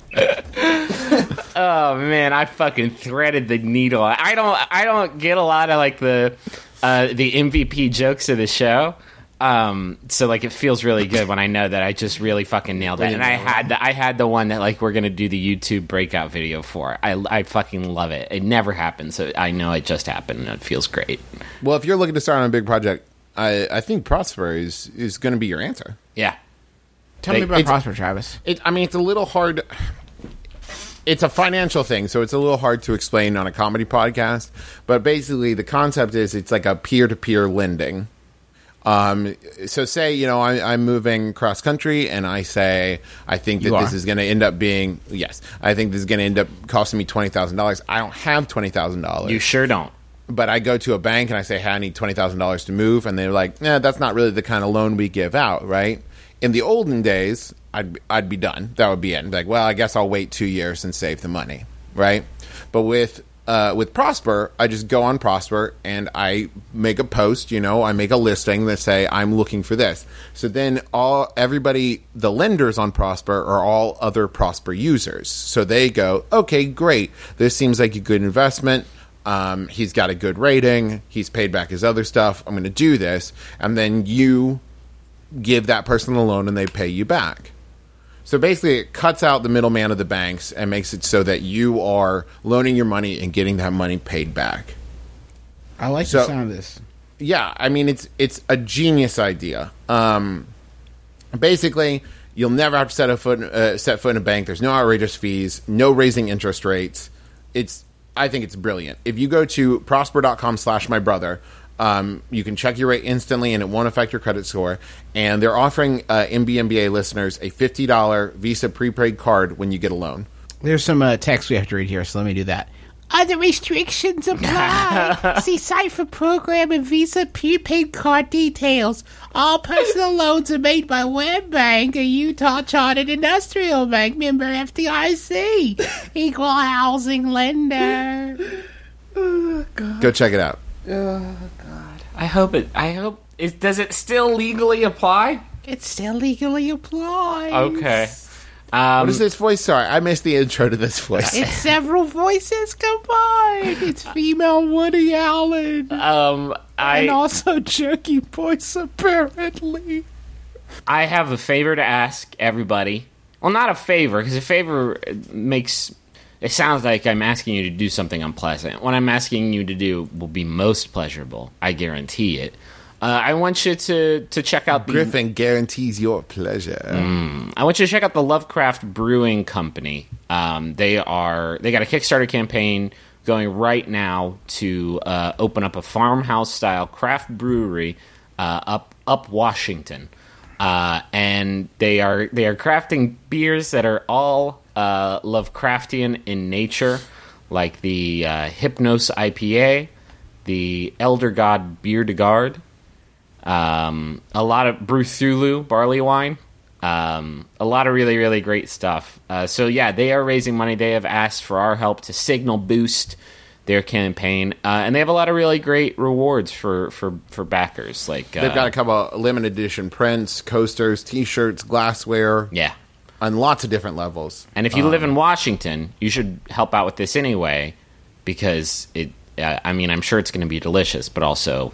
S4: Oh man, I fucking threaded the needle. I don't I don't get a lot of like the uh, the MVP jokes of the show. Um, so like it feels really good when I know that I just really fucking nailed it. And I had the I had the one that like we're gonna do the YouTube breakout video for. I I fucking love it. It never happens, so I know it just happened and it feels great.
S3: Well, if you're looking to start on a big project, I, I think Prosper is, is going to be your answer.
S4: Yeah.
S2: Tell
S4: They-
S2: me about
S3: it's-
S2: Prosper Travis.
S3: It, I mean, it's a little hard. It's a financial thing, so it's a little hard to explain on a comedy podcast. But basically, the concept is it's like a peer to peer lending. Um, so say you know I, I'm moving cross country, and I say I think that
S2: You
S3: this
S2: are.
S3: is going to end up being yes, I think this is going to end up costing me twenty thousand dollars. I don't have twenty thousand dollars
S4: You sure don't.
S3: but I go to a bank and I say, "Hey, I need twenty thousand dollars to move," and they're like, "Nah, that's not really the kind of loan we give out, right?" In the olden days, I'd I'd be done. That would be it. Like, well, I guess I'll wait two years and save the money, right? But with uh, with Prosper, I just go on Prosper and I make a post. You know, I make a listing that say I'm looking for this. So then all everybody, the lenders on Prosper are all other Prosper users. So they go, okay, great. This seems like a good investment. Um, he's got a good rating. He's paid back his other stuff. I'm going to do this. And then you give that person the loan and they pay you back. So basically, it cuts out the middleman of the banks and makes it so that you are loaning your money and getting that money paid back.
S2: I like
S3: So-
S2: the sound of this.
S3: Yeah, I mean it's it's a genius idea. Um, basically, you'll never have to set a foot uh, set foot in a bank. There's no outrageous fees, no raising interest rates. It's I think it's brilliant. If you go to prosper.com slash my brother, um, you can check your rate instantly and it won't affect your credit score. And they're offering uh, MBMBA listeners a $50 Visa prepaid card when you get a loan.
S2: There's some uh, text we have to read here, so let me do that. Other restrictions apply. See site for program and Visa prepaid card details. All personal loans are made by Web Bank, a Utah chartered industrial bank member FDIC, equal housing lender.
S3: Go check it out.
S4: I hope it I hope it does it still legally apply?
S2: It's still legally applied.
S4: Okay. Um,
S3: What is this voice? Sorry, I missed the intro to this voice.
S2: It's several voices combined. It's female Woody Allen
S4: um I
S2: and also Jerky Voice, apparently.
S4: I have a favor to ask everybody. Well, not a favor, because a favor uh, makes it sounds like I'm asking you to do something unpleasant. What I'm asking you to do will be most pleasurable. I guarantee it. Uh, I want you to to check out the
S3: Griffin guarantees your pleasure.
S4: I want you to check out the Lovecraft Brewing Company. Um, they are they got a Kickstarter campaign going right now to uh, open up a farmhouse style craft brewery uh, up up Washington, uh, and they are they are crafting beers that are all uh, Lovecraftian in nature, like the uh, Hypnos IPA, the Elder God Beer de Guard, um, a lot of Bruthulu barley wine, um, a lot of really really great stuff. Uh, so yeah, they are raising money. They have asked for our help to signal boost their campaign, uh, and they have a lot of really great rewards for for for backers. Like uh,
S3: They've got a couple of limited edition prints, coasters, T-shirts, glassware,
S4: yeah,
S3: on lots of different levels.
S4: and if you live in Washington, you should help out with this anyway because it. Uh, I mean, I'm sure it's going to be delicious, but also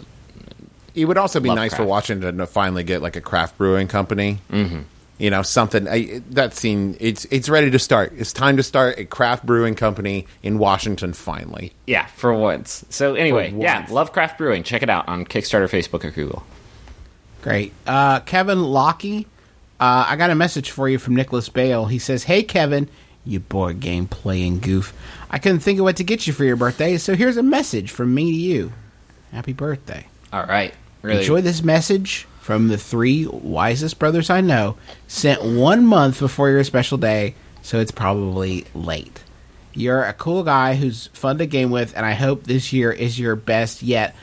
S3: It would also be nice for
S4: Lovecraft.
S3: Washington to finally get like a craft brewing company. Mm-hmm. You know, something I, that scene. It's it's ready to start. It's time to start a craft brewing company in Washington. Finally,
S4: yeah, for once. So anyway, yeah,
S3: once.
S4: Lovecraft Brewing. Check it out on Kickstarter, Facebook, or Google.
S2: Great. Uh, Kevin Lockie, uh, I got a message for you from Nicholas Bale. He says, Hey, Kevin, you board game playing goof. I couldn't think of what to get you for your birthday, so here's a message from me to you. Happy birthday.
S4: All right, really
S2: Enjoy this message from the three wisest brothers I know, sent one month before your special day, so it's probably late. You're a cool guy who's fun to game with, and I hope this year is your best yet.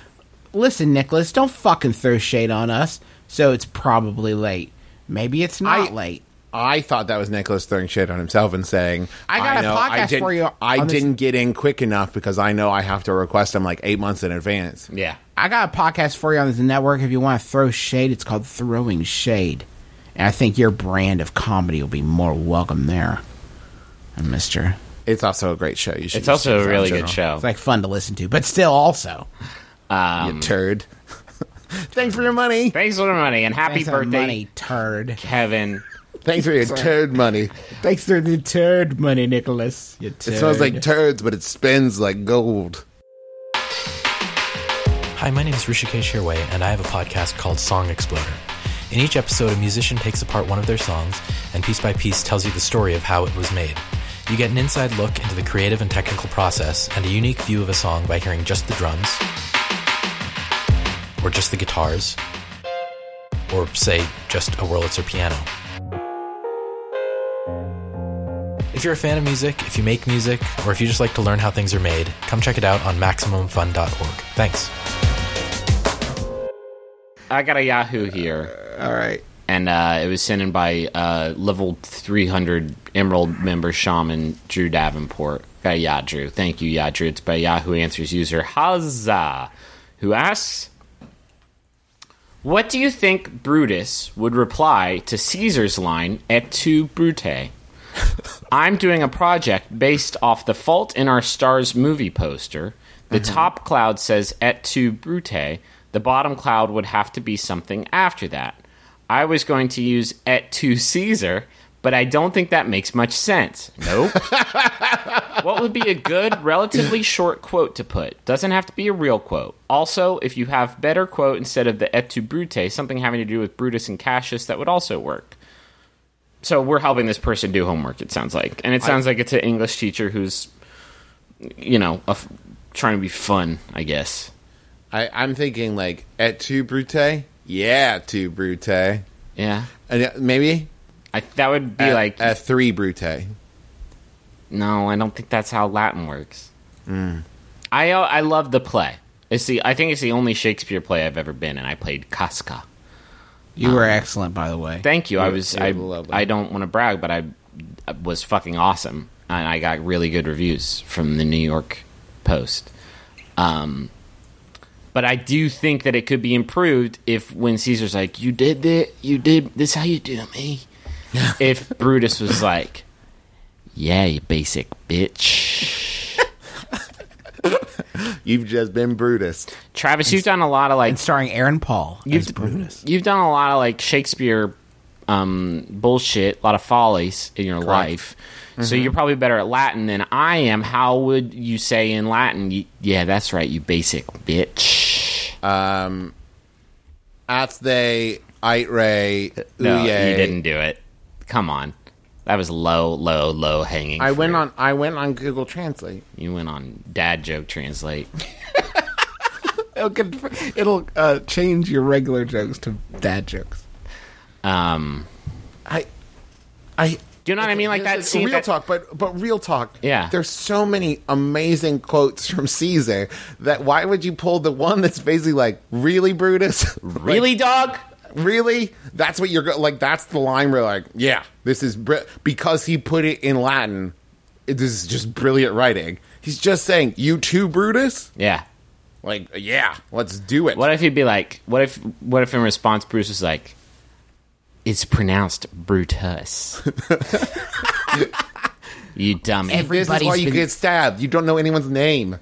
S2: Listen, Nicholas, don't fucking throw shade on us, so it's probably late. Maybe it's not
S3: I-
S2: late.
S3: I thought that was Nicholas throwing shit on himself and saying,
S2: I got a
S3: know I
S2: podcast
S3: didn't-
S2: for you
S3: I
S2: on this-
S3: didn't get in quick enough because I know I have to request them like eight months in advance."
S4: Yeah.
S2: I got a podcast for you on this network. If you want to throw shade, it's called Throwing Shade. And I think your brand of comedy will be more welcome there. And Mr.
S3: It's also a great show. You should.
S4: It's
S3: check
S4: also
S3: it
S4: a
S3: out in
S4: really
S3: general.
S4: good show.
S2: It's like fun to listen to, but still also.
S3: You turd. Um, Thanks for your money.
S4: Um, Thanks for the money and happy
S2: Thanks for
S4: birthday,
S2: money, turd.
S4: Kevin.
S3: Thanks for your turd money.
S2: Thanks for the turd money, Nicholas. You
S3: It
S2: turd.
S3: smells like turds, but it spins like gold.
S5: Hi, my name is Rishikesh Hirway, and I have a podcast called Song Exploder. In each episode, a musician takes apart one of their songs and piece by piece tells you the story of how it was made. You get an inside look into the creative and technical process and a unique view of a song by hearing just the drums, or just the guitars, or say, just a Wurlitzer piano. If you're a fan of music, if you make music, or if you just like to learn how things are made, come check it out on MaximumFun.org. Thanks.
S4: I got a Yahoo here,
S2: All right.
S4: and uh, it was sent in by uh, level 300 Emerald member Shaman Drew Davenport. Got a Ya Drew. Thank you, Ya Drew. It's by Yahoo Answers user Hazza, who asks, "What do you think Brutus would reply to Caesar's line et tu, Brute?" I'm doing a project based off the Fault in Our Stars movie poster. The top cloud says et tu brute. The bottom cloud would have to be something after that. I was going to use et tu Caesar, but I don't think that makes much sense. Nope. what would be a good, relatively short quote to put? Doesn't have to be a real quote. Also, if you have better quote instead of the et tu brute, something having to do with Brutus and Cassius, that would also work so we're helping this person do homework it sounds like and it sounds like it's an english teacher who's you know a f- trying to be fun i guess
S3: I, I'm thinking like et tu brute? Yeah, tu brute. And
S4: yeah
S3: uh, maybe
S4: I, that would be
S3: at,
S4: like
S3: at three brute.
S4: no i don't think that's how latin works i uh, i love the play it's the i think it's the only shakespeare play i've ever been in i played casca
S2: You were excellent, by the way.
S4: Thank you. I was.
S3: you're
S4: I.
S3: lovely.
S4: I don't want to brag, but I, I was fucking awesome, and I got really good reviews from the New York Post. Um, but I do think that it could be improved if when Caesar's like, "You did it. You did this. How you do me?" if Brutus was like, "Yeah, you basic bitch."
S3: You've just been Brutus.
S4: Travis, you've done a lot of like
S2: And starring Aaron Paul as Brutus.
S4: you've done a lot of like Shakespeare um, bullshit, a lot of follies in your life. So
S3: Mm-hmm.
S4: you're probably better at Latin than I am. How would you say in Latin? y yeah, that's right. You basic bitch.
S3: Um, At they ite re
S4: no,
S3: uye.
S4: you didn't do it. Come on, that was low, low, low hanging.
S3: I went
S4: fruit.
S3: on I went on Google Translate.
S4: You went on dad joke translate.
S2: It'll, get- it'll uh, change your regular jokes to dad jokes.
S4: Um,
S3: I I
S4: do you know what I mean? Like that
S3: It's
S4: scene.
S3: real
S4: that-
S3: talk, but but real talk.
S4: Yeah.
S3: there's so many amazing quotes from Caesar that why would you pull the one that's basically like really Brutus, Like,
S4: Really, dog?
S3: really? That's what you're go- like. That's the line where like, yeah, this is br- because he put it in Latin. it- This is just brilliant writing. He's just saying, "You too, Brutus."
S4: Yeah.
S3: Like, yeah, let's do it.
S4: What if he'd be like? What if? What if in response Bruce was like, "It's pronounced Brutus." you dummy.
S3: this is why you get stabbed. You don't know anyone's name.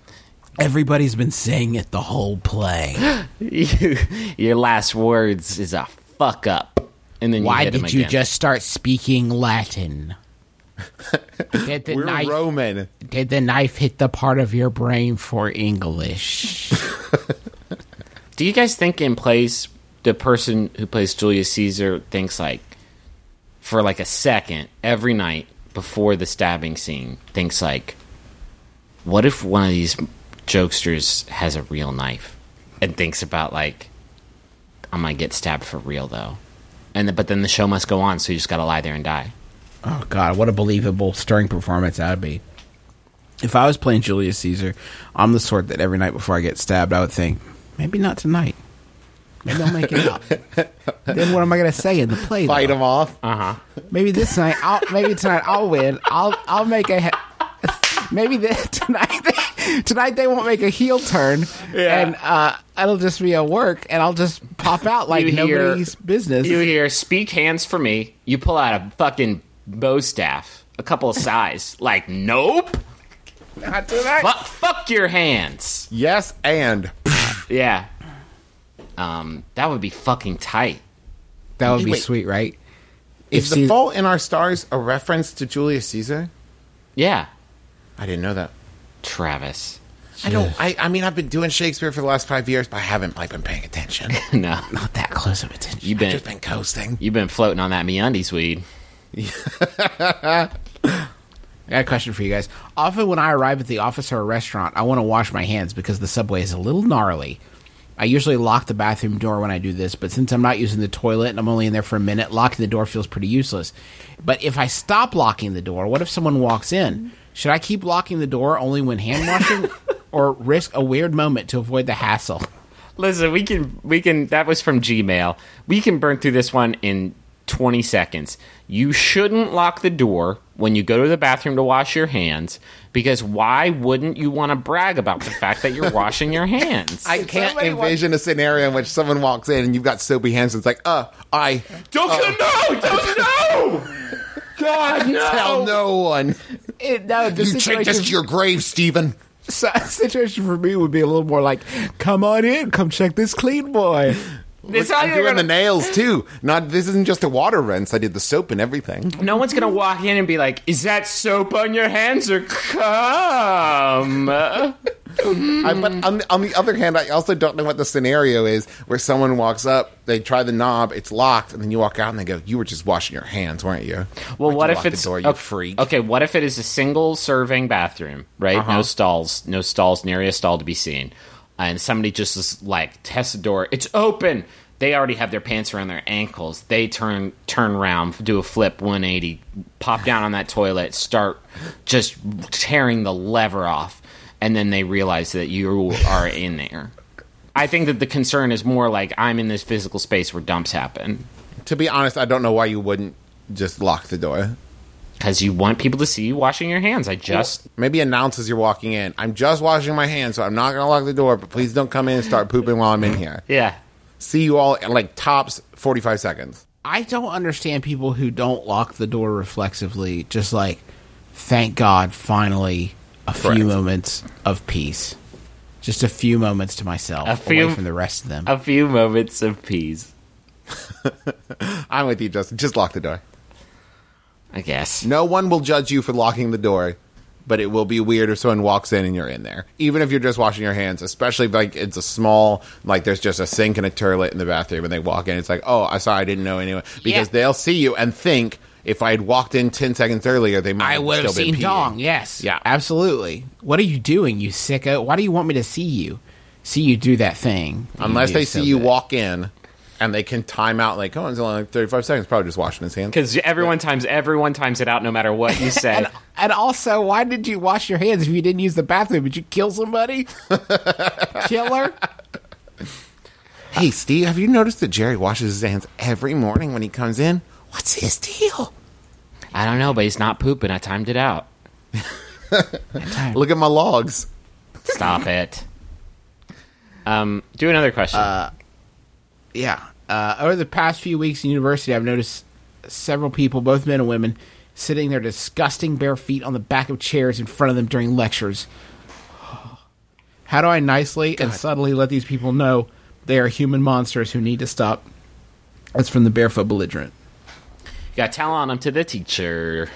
S2: Everybody's been saying it the whole play.
S4: You- your last words is a fuck up, and then you
S2: Why
S4: hit him
S2: did you
S4: again.
S2: just start speaking Latin? did, the
S3: We're
S2: knife,
S3: Roman.
S2: did the knife hit the part of your brain for English?
S4: Do you guys think in plays the person who plays Julius Caesar thinks like for like a second every night before the stabbing scene thinks like what if one of these jokesters has a real knife and thinks about like I might get stabbed for real though. And the, but then the show must go on so you just got to lie there and die.
S2: Oh God, what a believable, stirring performance that would be. If I was playing Julius Caesar, I'm the sort that every night before I get stabbed, I would think, maybe not tonight. Maybe I'll make it up. then what am I going to say in the play?
S3: Fight
S2: though?
S3: him off.
S4: Uh-huh.
S2: Maybe this night. I'll, maybe tonight I'll win. I'll I'll make a. he- maybe the, tonight they, tonight they won't make a heel turn, and uh, it'll just be a work, and I'll just pop out like
S4: You hear-
S2: nobody's business.
S4: You hear speak hands for me. You pull out a fucking bow staff, a couple of size. like nope.
S2: Not tonight.
S4: Fuck, fuck your hands.
S3: Yes, and
S4: Yeah. Um, that would be fucking tight.
S2: That would be
S3: Wait.
S2: sweet, right?
S3: Is
S2: If
S3: the
S2: Caesar-
S3: fault in our stars a reference to Julius Caesar?
S4: Yeah,
S3: I didn't know that.
S4: Travis.
S3: I don't. I, I mean, I've been doing Shakespeare for the last five years, but I haven't like been paying attention.
S4: no,
S2: Not that close of attention.
S4: you've been
S3: Just been coasting.
S4: you've been floating on that MeUndies weed.
S2: I got a question for you guys. Often when I arrive at the office or a restaurant, I want to wash my hands because the subway is a little gnarly. I usually lock the bathroom door when I do this, but since I'm not using the toilet and I'm only in there for a minute, locking the door feels pretty useless. But if I stop locking the door, what if someone walks in? Should I keep locking the door only when hand washing or risk a weird moment to avoid the hassle?
S4: Listen, we can we can that was from Gmail. We can burn through this one in 20 seconds. You shouldn't lock the door when you go to the bathroom to wash your hands because why wouldn't you want to brag about the fact that you're washing your hands?
S3: I can't envision a scenario in which someone walks in and you've got soapy hands. And it's like, uh, I uh,
S4: don't no, don't no. God no.
S3: tell no one.
S2: no, the
S3: You take this to your grave, Stephen.
S2: situation for me would be a little more like, "Come on in, come check this clean boy."
S4: It's not
S3: I'm
S4: even
S3: doing
S4: gonna-
S3: the nails too. Not this isn't just a water rinse. I did the soap and everything.
S4: no one's gonna walk in and be like, "Is that soap on your hands or cum?"
S3: I,
S4: Mm.
S3: but on, the- on the other hand, I also don't know what the scenario is where someone walks up, they try the knob, it's locked, and then you walk out and they go, "You were just washing your hands, weren't you?"
S4: Well,
S3: Why'd
S4: what
S3: you
S4: if
S3: lock the
S4: it's
S3: door, you
S4: okay,
S3: freak?
S4: Okay, what if it is a single serving bathroom, right?
S3: Uh-huh.
S4: No stalls, no stalls, nary a stall to be seen, and somebody just is like tests the door. It's open. They already have their pants around their ankles. They turn turn around, do a flip 180, pop down on that toilet, start just tearing the lever off, and then they realize that you are in there. I think that the concern is more like I'm in this physical space where dumps happen.
S3: To be honest, I don't know why you wouldn't just lock the door.
S4: Because you want people to see you washing your hands. I just
S3: Maybe announce as you're walking in, "I'm just washing my hands, so I'm not gonna lock the door, but please don't come in and start pooping while I'm in here."
S4: Yeah.
S3: See you all in like tops 45 seconds.
S2: I don't understand people who don't lock the door reflexively. Just like, thank God, finally, a
S3: Correct.
S2: few moments of peace. Just a few moments to myself,
S4: A few-
S2: away from the rest of them.
S4: A few moments of peace,
S3: I'm with you, Justin. Just lock the door.
S4: I guess.
S3: No one will judge you for locking the door, but it will be weird if someone walks in and you're in there. Even if you're just washing your hands, especially if like it's a small like there's just a sink and a toilet in the bathroom and they walk in, it's like, Oh, I sorry I didn't know anyway. Because
S4: Yeah.
S3: they'll see you and think if I had walked in ten seconds earlier they might
S2: I
S3: have
S2: would have
S3: still been
S2: seen
S3: peeing.
S2: Dong. Yes.
S3: Yeah.
S2: Absolutely. What are you doing, you sicko? Why do you want me to see you? See you do that thing. that you
S3: Unless
S2: do
S3: they
S2: so
S3: see you
S2: good.
S3: walk in and they can time out like, Oh, it's only like thirty five seconds, probably just washing his hands.
S4: Because everyone times everyone times it out, no matter what you say.
S2: And also, why did you wash your hands if you didn't use the bathroom? Did you kill somebody? Killer?
S3: Hey Steve, have you noticed that Jerry washes his hands every morning when he comes in? What's his deal?
S4: I don't know, but he's not pooping. I timed it out.
S3: Look at my logs.
S4: Stop it. Um, do another question.
S3: Uh,
S2: Yeah. Uh, over the past few weeks in university, I've noticed several people, both men and women, sitting their disgusting bare feet on the back of chairs in front of them during lectures. How do I nicely and subtly let these people know they are human monsters who need to stop? That's from the Barefoot Belligerent.
S4: you got to tell on him to the teacher.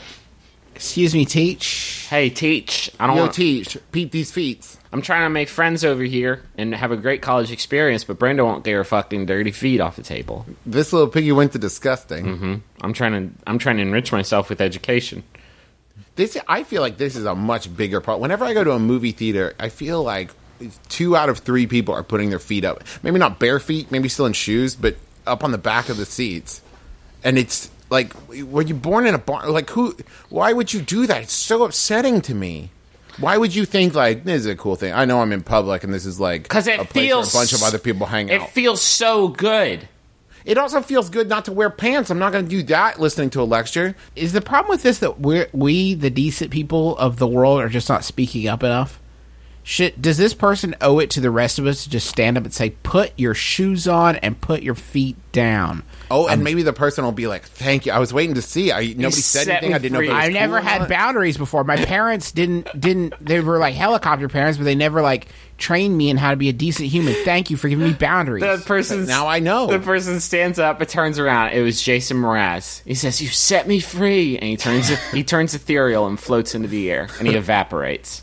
S2: Excuse me, teach.
S4: Hey, teach. I don't.
S3: Yo,
S4: Want,
S3: teach. Peep these feet.
S4: I'm trying to make friends over here and have a great college experience, but Brenda won't get her fucking dirty feet off the table.
S3: This little piggy went to disgusting.
S4: I'm trying to. I'm trying to enrich myself with education.
S3: This I feel like this is a much bigger part. Whenever I go to a movie theater, I feel like two out of three people are putting their feet up. Maybe not bare feet, maybe still in shoes, but up on the back of the seats. And it's like, were you born in a barn? Like, who? Why would you do that? It's so upsetting to me. Why would you think like this is a cool thing? I know I'm in public, and this is like
S4: Because it
S3: a place
S4: feels
S3: where a bunch of other people hang out.
S4: It feels so good.
S3: it also feels good not to wear pants. I'm not going to do that listening to a lecture.
S2: Is the problem with this that we're, we, the decent people of the world, are just not speaking up enough? Should, does this person owe it to the rest of us to just stand up and say, "Put your shoes on and put your feet down"?
S3: Oh, and maybe the person will be like, "Thank you. I was waiting to see. I nobody said
S4: set
S3: anything.
S4: me
S3: I didn't know. If it
S4: free.
S3: was
S2: I
S3: cool
S2: never
S3: or
S2: had
S3: not."
S2: boundaries before. My parents didn't didn't they were like helicopter parents, but they never like trained me in how to be a decent human. Thank you for giving me boundaries.
S4: The person
S3: Now I know.
S4: The person stands up, it turns around. It was Jason Mraz. He says, "You set me free," and he turns he turns ethereal and floats into the air, and he evaporates.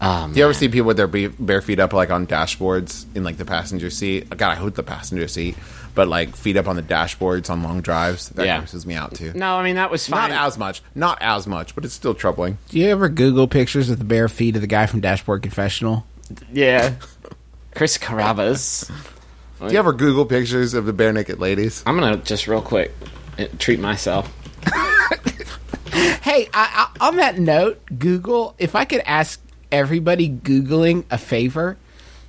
S3: Do you ever see people with their be- bare feet up, like on dashboards in like the passenger seat? God, I hope the passenger seat, but like feet up on the dashboards on long drives. That
S4: Yeah.
S3: grosses me out too.
S4: No, I mean that was
S3: Not
S4: fine.
S3: as much, not as much, but it's still troubling.
S2: Do you ever Google pictures of the bare feet of the guy from Dashboard Confessional?
S4: yeah, Chris Carabas.
S3: Do you ever Google pictures of the bare naked ladies?
S4: Oh, I'm gonna just real quick uh, treat myself.
S2: Hey, I, I, on that note, Google. If I could ask everybody Googling a favor,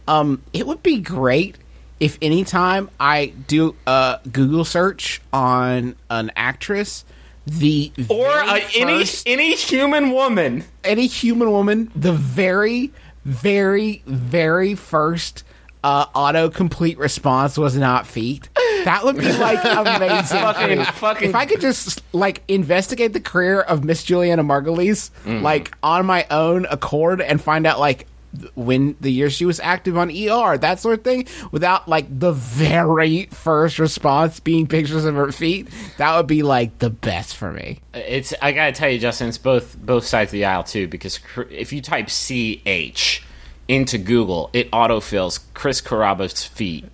S2: um, it would be great if anytime I do a Google search on an actress, the
S4: Or
S2: very
S4: uh, any
S2: first-
S4: any human woman.
S2: any human woman, the very, very, very first uh, autocomplete response was not feet. That would be like amazing.
S4: Fucking-
S2: dude.
S4: fucking-
S2: If I could just like investigate the career of Miss Juliana Margulies,
S4: Mm.
S2: like on my own accord, and find out like th- when the year she was active on ER, that sort of thing, without like the very first response being pictures of her feet, that would be like the best for me.
S4: It's I gotta tell you, Justin, it's both both sides of the aisle too. Because cr- if you type CH into Google, it autofills Chris Carabas feet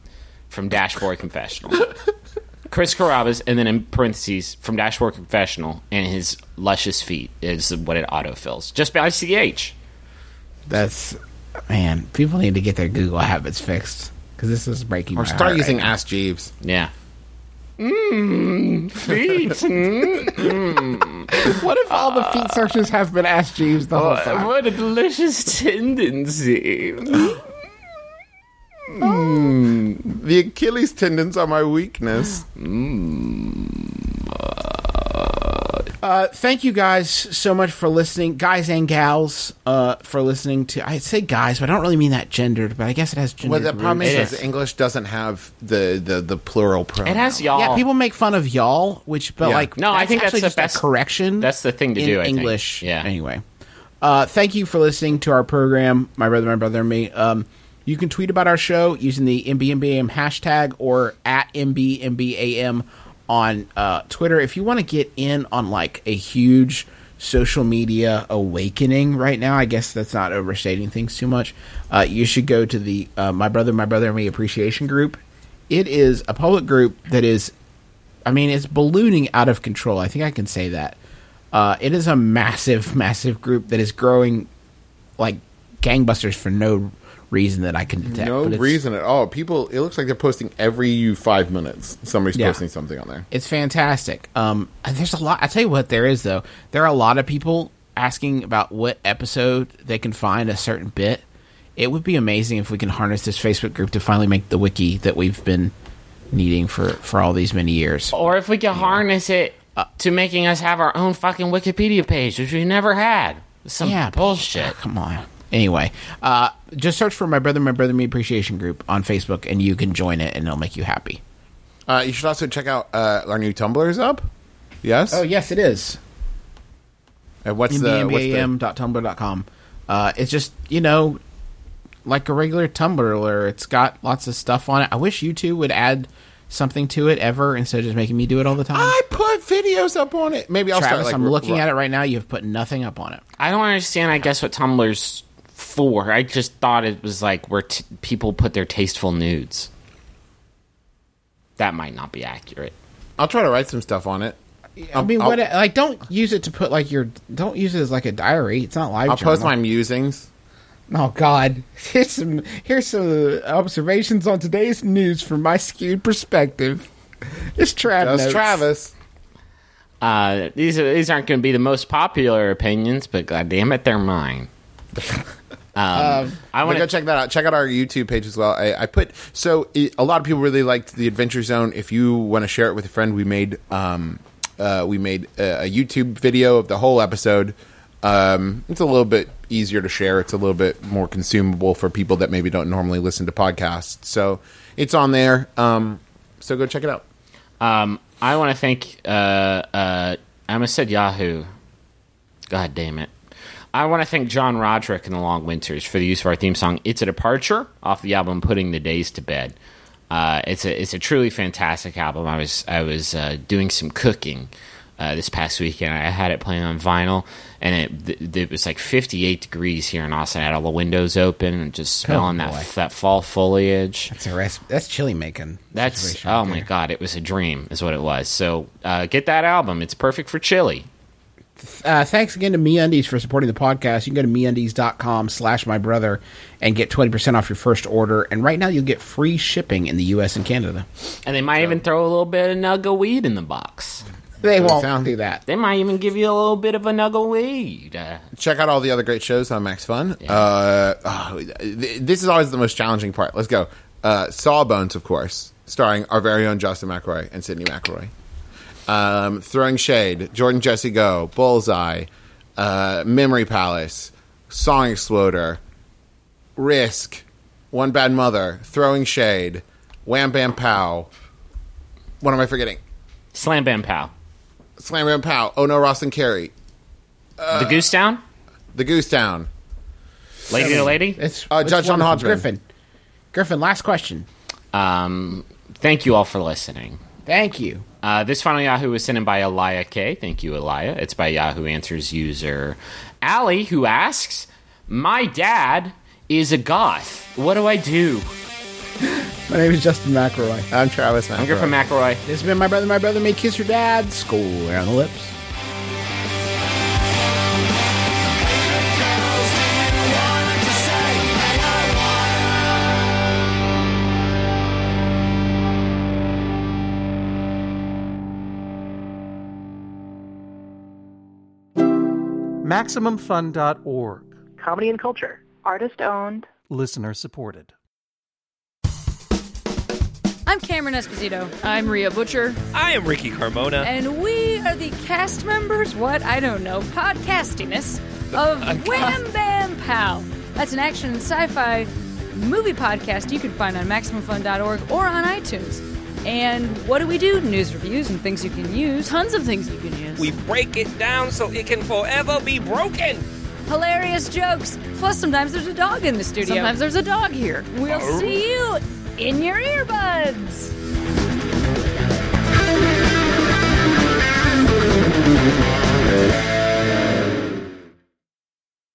S4: from Dashboard Confessional. Chris Carabas, and then in parentheses from Dashboard Confessional, and his luscious feet is what it autofills just by CH.
S2: That's man. People need to get their Google habits fixed because this is breaking.
S3: Or
S2: my
S3: start
S2: heart
S3: using
S2: right now.
S3: Ask Jeeves.
S4: Yeah. Mmm, feet. Mm,
S2: What if all the
S3: Uh,
S2: feet searches have been asked Jeeves the whole time?
S4: what a delicious tendency.
S3: The Achilles tendons are my weakness.
S2: Uh, thank you guys so much for listening, guys and gals, uh, for listening to. I say guys, but I don't really mean that gendered. But I guess it has gendered.
S3: Well, the problem
S2: roots.
S3: is,
S4: It
S3: is
S4: is.
S3: English doesn't have the the, the plural pronoun.
S4: It has y'all.
S2: yeah, people make fun of y'all, which but
S3: Yeah.
S2: like
S4: No, I think that's
S2: actually
S4: the
S2: just a
S4: best-
S2: correction.
S4: that's the thing to
S2: in
S4: do, I think.
S2: English.
S4: Yeah.
S2: Anyway, uh, thank you for listening to our program, my brother, my brother, and me. Um, you can tweet about our show using the MBMBAM hashtag or at MBMBAM on uh, Twitter. If you want to get in on like a huge social media awakening right now, I guess that's not overstating things too much. Uh, you should go to the uh, My Brother, My Brother, and Me Appreciation Group. It is a public group that is I mean, it's ballooning out of control. I think I can say that. Uh, it is a massive, massive group that is growing like gangbusters for no reason that I can detect.
S3: no
S2: but it's-
S3: reason at all. People, it looks like they're posting every five minutes. Somebody's
S2: Yeah.
S3: posting something on there.
S2: It's fantastic. Um, and there's a lot. I tell you what, there is though. There are a lot of people asking about what episode they can find a certain bit. It would be amazing if we can harness this Facebook group to finally make the wiki that we've been needing for for all these many years.
S4: Or if we could harness it
S2: Uh,
S4: to making us have our own fucking Wikipedia page, which we never had. Some
S2: Yeah, but-
S4: bullshit.
S2: Ah, Come on. Anyway, uh, just search for my brother, my brother, me appreciation group on Facebook, and you can join it, and it'll make you happy.
S3: Uh, you should also check out uh, our new Tumblr's up. Yes.
S2: Oh yes, it is.
S3: And what's the, what's the
S2: mbam.tumblr.com. Uh, it's just you know, like a regular Tumblr. It's got lots of stuff on it. I wish you two would add something to it ever instead of just making me do it all the time.
S3: I put videos up on it. Maybe I'll
S2: Travis,
S3: start. Like,
S2: I'm looking at it right now. You have put nothing up on it.
S4: I don't understand, I guess, what Tumblr's for. I just thought it was like where t- people put their tasteful nudes. That might not be accurate.
S3: I'll try to write some stuff on it.
S2: I mean,
S3: I'll-
S2: what? Like, don't use it to put like your. Don't use it as like a diary. It's not live.
S3: I'll post
S2: journal.
S3: my musings.
S2: Oh God! Here's some here's some of the observations on today's news from my skewed perspective. It's Trav.
S3: That's
S2: notes.
S3: Travis.
S4: Uh, these are, these aren't going to be the most popular opinions, but god damn it, they're mine. um, I
S3: But
S4: want
S3: go
S4: to
S3: check that out. Check out our YouTube page as well. I, I put so i a lot of people really liked the Adventure Zone. If you want to share it with a friend, we made um, uh, we made a, a YouTube video of the whole episode. Um, it's a little bit easier to share. It's a little bit more consumable for people that maybe don't normally listen to podcasts. So it's on there. Um, so go check it out.
S4: Um, I want to thank. Uh, uh, I almost said Yahoo. God damn it. I want to thank John Roderick and the Long Winters for the use of our theme song "It's a Departure" off the album "Putting the Days to Bed." Uh, it's a it's a truly fantastic album. I was I was uh, doing some cooking uh, this past weekend. I had it playing on vinyl, and it th- it was like 58 degrees here in Austin. I had all the windows open and just smelling
S2: boy.
S4: that that fall foliage.
S2: That's a recipe. That's chili making.
S4: That's
S2: situation
S4: oh
S2: right
S4: my
S2: there.
S4: god, it was a dream, is what it was. So uh, get that album; it's perfect for chili.
S2: Uh, thanks again to MeUndies for supporting the podcast. You can go to MeUndies.com slash my brother and get 20% off your first order. And right now you'll get free shipping in the U.S. and Canada.
S4: And they might even throw a little bit of nugga weed in the box.
S2: They won't
S3: sound.
S2: do that.
S4: They might even give you a little bit of a nugga weed. Uh,
S3: Check out all the other great shows on Max Fun. Uh, oh, th- this is always the most challenging part. Let's go. Uh, Sawbones, of course, starring our very own Justin McElroy and Sidney McElroy. Um, Throwing Shade, Jordan Jesse Go, Bullseye, uh, Memory Palace, Song Exploder, Risk, One Bad Mother, Throwing Shade, Wham Bam Pow. What am I forgetting?
S4: Slam Bam Pow,
S3: Slam Bam Pow. Oh no, Ross and Carrie,
S4: the Goose Down,
S3: The Goose Down.
S4: Lady to Lady.
S2: It's,
S3: Uh,
S2: it's
S3: Judge John
S2: wonderful.
S3: Hodgman.
S2: Griffin. Griffin, last question.
S4: Um, thank you all for listening.
S2: Thank you.
S4: Uh, this final Yahoo was sent in by Elia K. Thank you, Elia. It's by Yahoo Answers user Allie, who asks, "My dad is a goth. What do I do?"
S2: My name is Justin McElroy.
S3: I'm Travis McElroy.
S4: I'm Griffin McElroy.
S2: This has been My Brother, My Brother May Kiss Your Dad. School around the lips.
S6: MaximumFun.org.
S7: comedy and culture. Artist owned.
S6: Listener supported.
S8: I'm Cameron Esposito. I'm Rhea Butcher.
S9: I am Ricky Carmona.
S8: And we are the cast members, what? I don't know, podcastiness of Wham Bam Pow. That's an action and sci fi movie podcast you can find on MaximumFun.org or on iTunes. And what do we do? News reviews and things you can use. Tons of things you can use.
S9: we break it down so it can forever be broken.
S8: Hilarious jokes. Plus, sometimes there's a dog in the studio.
S9: Oh.
S10: Sometimes there's a dog here.
S8: We'll see you in your earbuds.